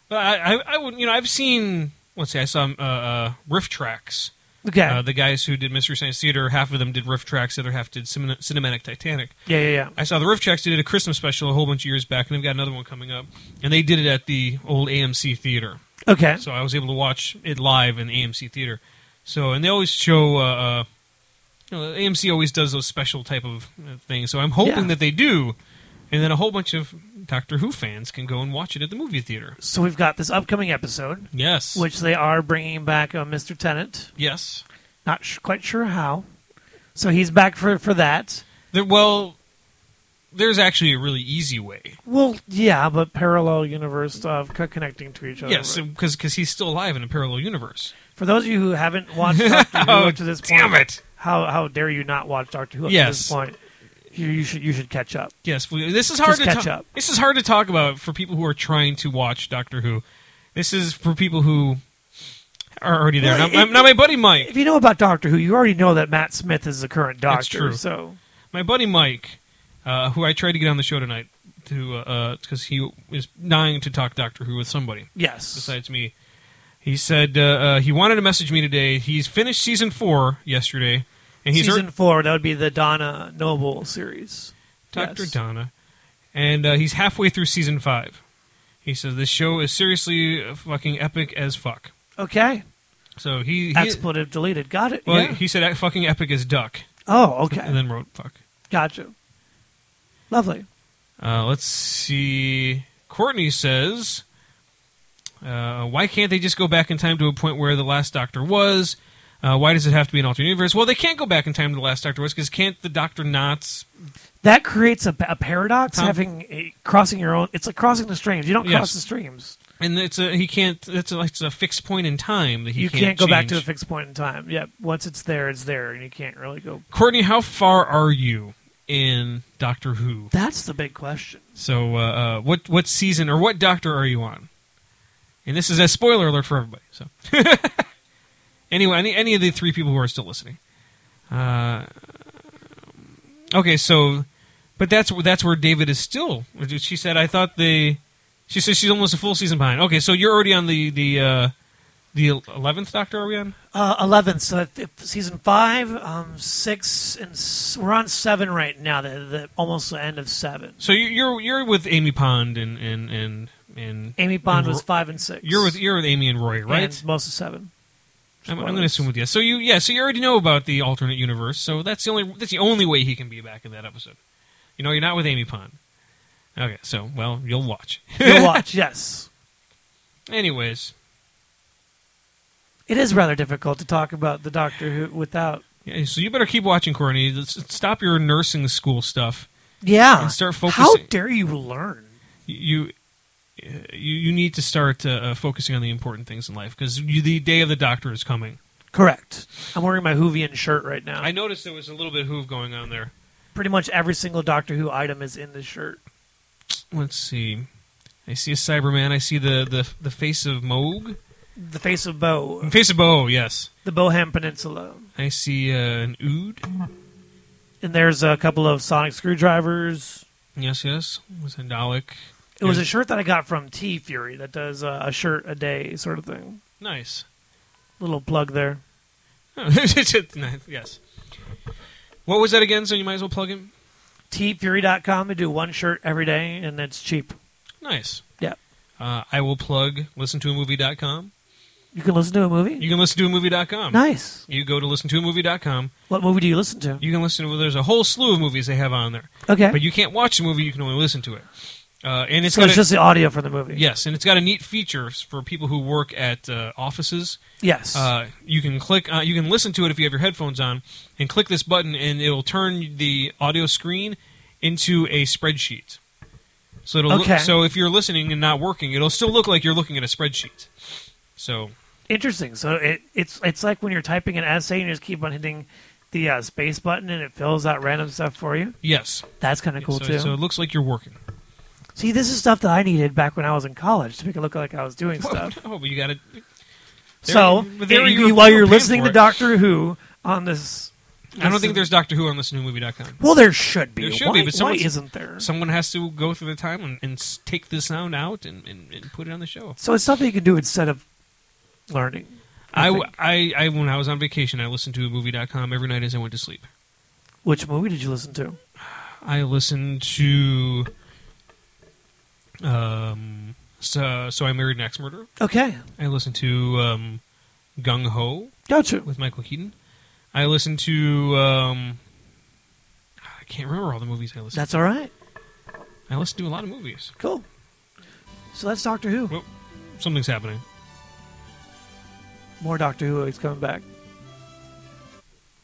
S1: But I, I, I would, you know, I've seen. Let's see, I saw uh, uh, riff tracks.
S2: Okay.
S1: Uh, the guys who did Mystery Science Theater, half of them did riff tracks, the other half did Cinem- Cinematic Titanic.
S2: yeah, yeah, yeah.
S1: I saw the riff tracks. They did a Christmas special a whole bunch of years back, and they've got another one coming up. And they did it at the old AMC theater.
S2: Okay.
S1: So I was able to watch it live in the AMC theater. So and they always show. Uh, uh, you know, AMC always does those special type of uh, things. So I'm hoping
S2: Yeah.
S1: that they do, and then a whole bunch of Doctor Who fans can go and watch it at the movie theater.
S2: So we've got this upcoming episode,
S1: Yes.
S2: which they are bringing back uh, Mr. Tennant.
S1: Yes.
S2: Not sh- quite sure how. So he's back for for that.
S1: There, well, there's actually a really easy way.
S2: Well, yeah, but parallel universe stuff co- connecting to each other.
S1: Yes,
S2: Oh, right?
S1: because he's still alive in a parallel universe.
S2: For those of you who
S1: [laughs]
S2: haven't watched Doctor Who
S1: Oh,
S2: up to this point,
S1: damn it.
S2: How how dare you not watch Doctor Who up to
S1: Yes.
S2: this point? You, you should you should catch up.
S1: Yes, we, this is hard
S2: Just
S1: to
S2: catch
S1: ta-
S2: up.
S1: This is hard to talk about for people who are trying to watch Doctor Who. This is for people who are already there.
S2: Well,
S1: now,
S2: it-
S1: now, my buddy Mike,
S2: If you know about Doctor Who, you already know that Matt Smith is the current Doctor.
S1: That's true.
S2: So
S1: my buddy Mike, uh, who I tried to get on the show tonight, to because he is dying to talk Doctor Who with somebody
S2: yes,
S1: besides me. He said uh, uh, he wanted to message me today. He's finished season four yesterday, and he's
S2: season
S1: already-
S2: four that would be the Donna Noble series.
S1: Dr.
S2: Yes.
S1: Donna, and uh, he's halfway through season five. He says this show is seriously fucking epic as fuck.
S2: Okay,
S1: So he, he
S2: expletive deleted. Got it.
S1: well,
S2: yeah.
S1: he said "Act fucking epic as duck,
S2: oh, okay.
S1: and then wrote fuck.
S2: Gotcha. Lovely.
S1: Uh, let's see. Courtney says, uh, "Why can't they just go back in time to a point where the last Doctor was? Uh, why does it have to be an alternate universe? Well, they can't go back in time to the last Doctor was because can't the Doctor not?
S2: That creates a, a paradox.
S1: Tom?
S2: Having a, crossing your own, it's like crossing the streams. You don't
S1: Yes.
S2: cross the streams.
S1: And it's a he can't. It's a, it's a fixed point in time that he
S2: you can't, go back to a
S1: change.
S2: fixed point in time. Yep. Once it's there, it's there, and you can't really go.
S1: Courtney, how far are you in Doctor Who?
S2: That's the big question.
S1: So, uh, uh, what what season or what Doctor are you on? And this is a spoiler alert for everybody. So, [laughs] anyway, any any of the three people who are still listening. Uh, okay, so, but that's that's where David is still. She said, "I thought they." She says she's almost a full season behind. Okay, so you're already on the the uh, the eleventh Doctor. Are we on?
S2: Eleventh, Uh, so th- season five, um, six, and s- we're on seven right now. The, the almost the end of seven.
S1: So you- you're you're with Amy Pond and and and and
S2: Amy
S1: and
S2: Bond was
S1: Ro-
S2: five and six.
S1: You're with you're with Amy and Roy, right?
S2: And most of seven.
S1: I'm, I'm
S2: Spoilers.
S1: going to assume with yes. So you, yeah, so you already know about the alternate universe. So that's the only that's the only way he can be back in that episode. You know, you're not with Amy Pond. Okay, so well, you'll watch. [laughs]
S2: You'll watch. [laughs] yes,
S1: Anyways,
S2: it is rather difficult to talk about the Doctor Who without.
S1: yeah, so you better keep watching, Courtney. Let's- Stop your nursing school stuff.
S2: Yeah.
S1: And start
S2: How
S1: focusing.
S2: dare you learn?
S1: You you you need to start uh, uh, focusing on the important things in life because the day of the doctor is coming.
S2: Correct. I'm wearing my Whovian shirt right now.
S1: I noticed there was a little bit of hoove going on there.
S2: Pretty much every single Doctor Who item is in this shirt.
S1: Let's see. I see a Cyberman. I see the the, the face of Moog.
S2: The face of Bo.
S1: Face of Bo. Yes.
S2: the Bohem Peninsula.
S1: I see uh, an ood.
S2: And there's a couple of sonic screwdrivers.
S1: Yes, yes. It was a Dalek.
S2: It was a
S1: There's-
S2: shirt that I got from T Fury that does uh, a shirt a day sort of thing.
S1: Nice. [laughs]
S2: Little plug there.
S1: Oh, it's a- nice, yes. What was that again? So you might as well plug him.
S2: TFury.com. They do one shirt every day and it's cheap.
S1: Nice.
S2: Yep.
S1: Uh, I will plug listen to a movie.com.
S2: You can listen to a movie?
S1: You can listen to a movie.com.
S2: nice.
S1: You go to listen to a movie.com.
S2: What movie do you listen to?
S1: You can listen to, well, there's a whole slew of movies they have on there.
S2: okay.
S1: But you can't watch the movie, you can only listen to it. Uh, and it's
S2: So
S1: got
S2: it's
S1: a-
S2: just the audio for the movie.
S1: Yes, and it's got a neat feature for people who work at uh, offices.
S2: Yes.
S1: uh, you can click. Uh, you can listen to it if you have your headphones on, and click this button, and it'll turn the audio screen into a spreadsheet. So it'll
S2: Okay.
S1: look, so if you're listening and not working, it'll still look like you're looking at a spreadsheet. So
S2: Interesting. So it, it's it's like when you're typing an essay and you just keep on hitting the uh, space button and it fills out random stuff for you.
S1: yes,
S2: That's kind of cool
S1: so,
S2: too.
S1: So it looks like you're working.
S2: See, this is stuff that I needed back when I was in college to make it look like I was doing
S1: [laughs] Oh,
S2: stuff.
S1: but you got to.
S2: so
S1: There- there
S2: it-
S1: you're-
S2: while
S1: you're
S2: you're
S1: paying
S2: listening
S1: for
S2: to
S1: it.
S2: Doctor Who on this,
S1: I don't
S2: this-
S1: think there's Doctor Who on listeningmovie.com.
S2: Well, there should be.
S1: There should
S2: why,
S1: be, but
S2: why
S1: someone's-
S2: isn't there?
S1: Someone has to go through the time and, and s- take the sound out and, and, and put it on the show.
S2: So it's something you can do instead of learning.
S1: I,
S2: I
S1: w-
S2: think.
S1: I, I- when I was on vacation, I listened to movie.com every night as I went to sleep.
S2: Which movie did you listen to?
S1: I listened to um so, so I married an ex murderer.
S2: Okay,
S1: I listened to um, Gung Ho
S2: gotcha.
S1: with Michael Keaton. I listened to um I can't remember all the movies I listened.
S2: That's all right.
S1: to. I listened to a lot of movies.
S2: Cool. So that's Doctor Who.
S1: Something's happening.
S2: More Doctor Who is coming back.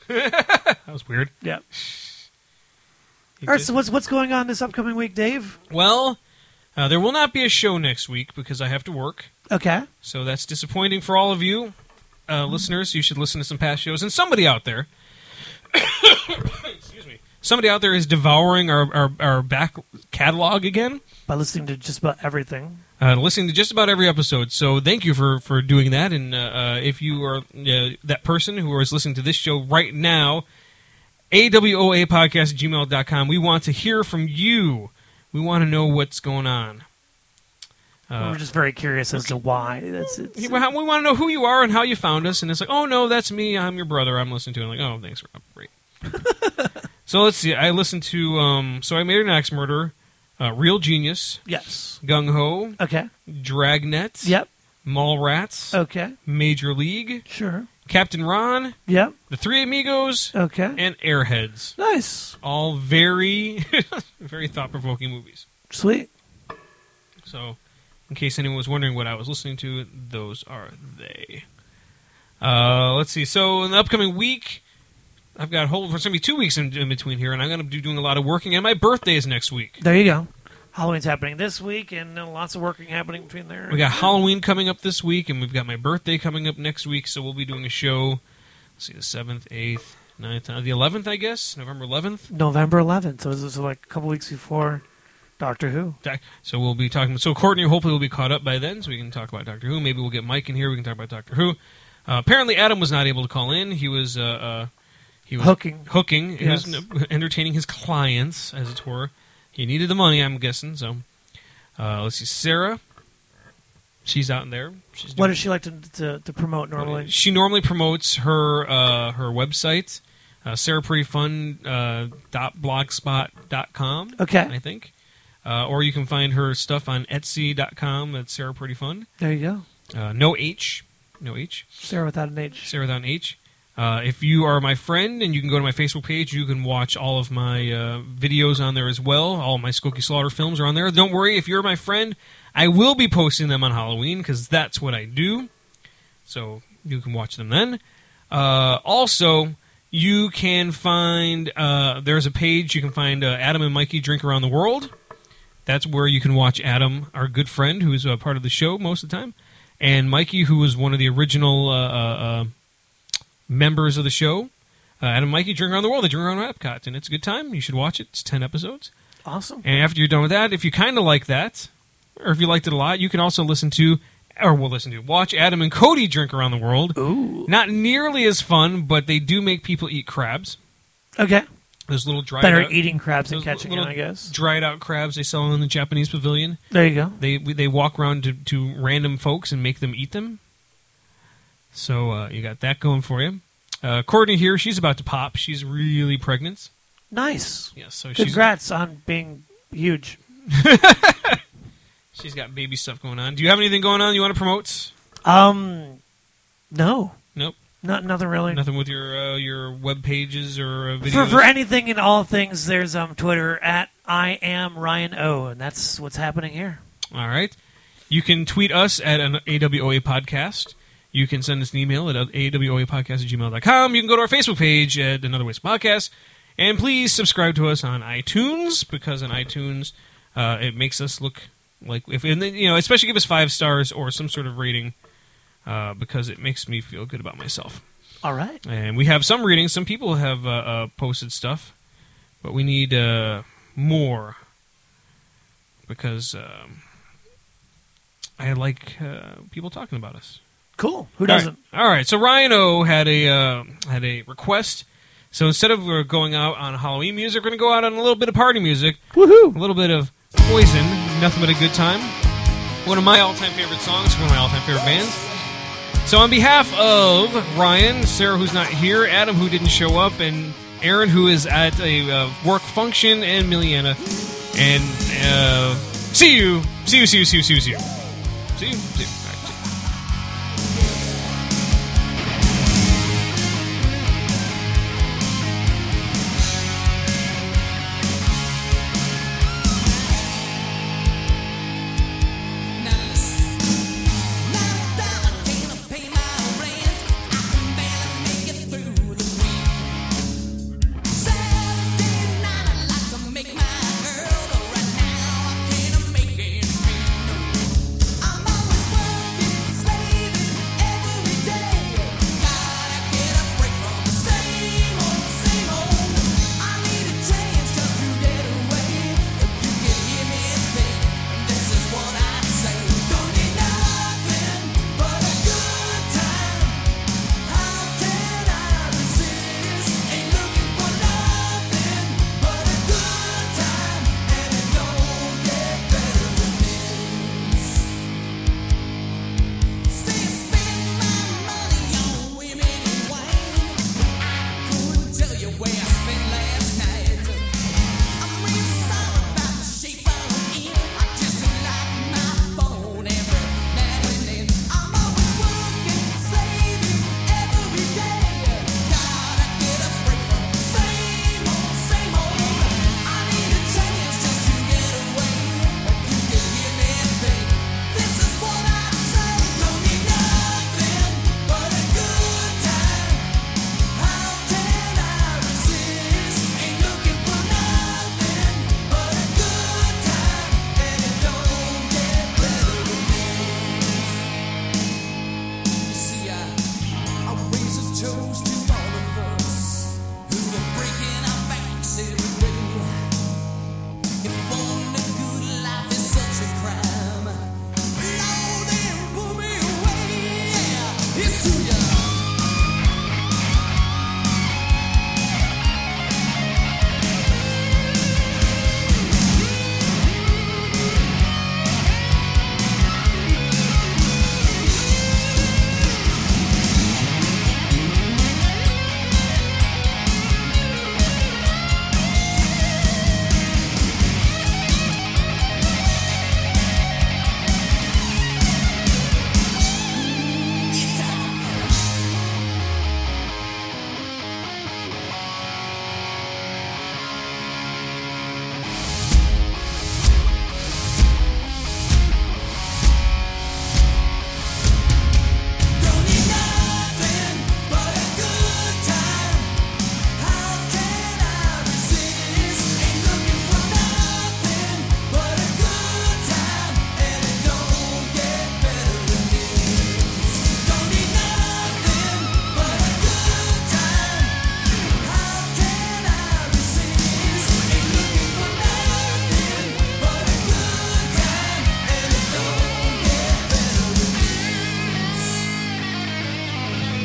S1: That was weird.
S2: Yeah.
S1: He
S2: All right.
S1: did-
S2: So what's what's going on this upcoming week, Dave?
S1: well, uh, there will not be a show next week because I have to work.
S2: Okay.
S1: So that's disappointing for all of you uh, listeners. You should listen to some past shows. And somebody out there, [coughs] excuse me, somebody out there is devouring our, our, our back catalog again,
S2: By listening to just about everything.
S1: uh, listening to just about every episode. So thank you for, for doing that. And uh, uh, if you are uh, that person who is listening to this show right now, AWOA podcast gmail.com. We want to hear from you. We want to know what's going on.
S2: We're just very curious as to why. That's it's,
S1: He- Uh, well, how- we want to know who you are and how you found us. And it's like, oh no, that's me. I'm your brother. I'm listening to. It. I'm like, oh, thanks, Rob. Great. so let's see. I listened to. Um, so I made an axe murder, uh, Real Genius,
S2: yes.
S1: Gung Ho,
S2: Okay.
S1: Dragnet,
S2: Yep.
S1: Mallrats,
S2: Okay.
S1: Major League,
S2: Sure.
S1: Captain Ron,
S2: Yep.
S1: The Three Amigos,
S2: Okay.
S1: and Airheads.
S2: nice.
S1: All very, [laughs] very thought provoking movies.
S2: Sweet.
S1: So, in case anyone was wondering what I was listening to, those are they. Uh, let's see. So, in the upcoming week, I've got a whole. There's going to be two weeks in, in between here, and I'm going to be doing a lot of working. And my birthday is next week.
S2: There you go. Halloween's happening this week, and uh, lots of working happening between there.
S1: We got Halloween coming up this week, and we've got my birthday coming up next week. So we'll be doing a show. Let's see, the seventh, eighth, 9th, uh, the eleventh, I guess, November eleventh.
S2: November 11th. So this is like a couple weeks before Doctor Who.
S1: Doc- So we'll be talking. So Courtney hopefully will be caught up by then, so we can talk about Doctor Who. Maybe we'll get Mike in here. We can talk about Doctor Who. Uh, apparently, Adam was not able to call in. He was uh, uh, he was
S2: Hooking.
S1: hooking. He was
S2: Yes.
S1: n- entertaining his clients, as it were. He needed the money, I'm guessing. So uh, let's see, Sarah. She's out there. She's
S2: What
S1: doing-
S2: does she like to, to, to promote normally?
S1: she normally promotes her uh, her website, uh, sarahprettyfun uh, dot blogspot dot com. I
S2: Okay.
S1: think. Uh, or you can find her stuff on Etsy.com. That's Sarah Pretty Fun.
S2: There you go.
S1: Uh, no H. No H.
S2: Sarah without an H.
S1: Sarah without an H. Uh, if you are my friend and you can go to my Facebook page, you can watch all of my uh, videos on there as well. All my Skokie Slaughter films are on there. Don't worry, if you're my friend, I will be posting them on Halloween because that's what I do. So you can watch them then. Uh, also, you can find uh, there's a page you can find uh, Adam and Mikey drink around the world. That's where you can watch Adam, our good friend, who's a part of the show most of the time, and Mikey, who was one of the original uh, uh, uh, members of the show. Uh, Adam and Mikey drink around the world. They drink around Epcot, and it's a good time. You should watch it. It's ten episodes.
S2: Awesome.
S1: And after you're done with that, if you kind of like that, or if you liked it a lot, you can also listen to, or we'll listen to, watch Adam and Cody drink around the world.
S2: Ooh.
S1: Not nearly as fun, but they do make people eat crabs.
S2: Okay.
S1: Those little dried
S2: Better
S1: out,
S2: eating crabs than
S1: uh, those li-
S2: catching
S1: little
S2: them, I guess.
S1: dried out crabs they sell in the Japanese pavilion.
S2: There you go.
S1: They we- they walk around to, to random folks and make them eat them. So uh, you got that going for you. Uh, Courtney here, she's about to pop. She's really pregnant.
S2: Nice.
S1: Yes, so she's
S2: Congrats on being huge.
S1: she's got baby stuff going on. Do you have anything going on you want to promote?
S2: Um, no,
S1: Nope.
S2: not nothing really.
S1: Nothing with your uh, your web pages or uh, videos.
S2: For, for anything and all things, there's um Twitter at I am Ryan O, and that's what's happening here.
S1: All right. You can tweet us at an AWOA podcast. You can send us an email at AWOA podcast at gmail.com. You can go to our Facebook page at Another Waste Podcast. And please subscribe to us on iTunes because on iTunes uh, it makes us look like if and then, you know especially give us five stars or some sort of rating uh, because it makes me feel good about myself.
S2: All right.
S1: And we have some readings. Some people have uh, uh, posted stuff, but we need uh, more because um, I like uh, people talking about us.
S2: Cool. Who doesn't?
S1: All right. All right. So Ryan O had a uh, had a request. So instead of we're going out on Halloween music, we're going to go out on a little bit of party music. Woohoo! A little bit of Poison, nothing but a good time. One of my all-time favorite songs, one of my all-time favorite bands. So on behalf of Ryan, Sarah, who's not here, Adam, who didn't show up, and Aaron, who is at a uh, work function, and Miliana, and uh, see you, see you, see you, see you, see you, see you, see you. See you. All right.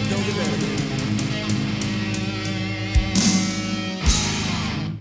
S11: Don't get mad at me.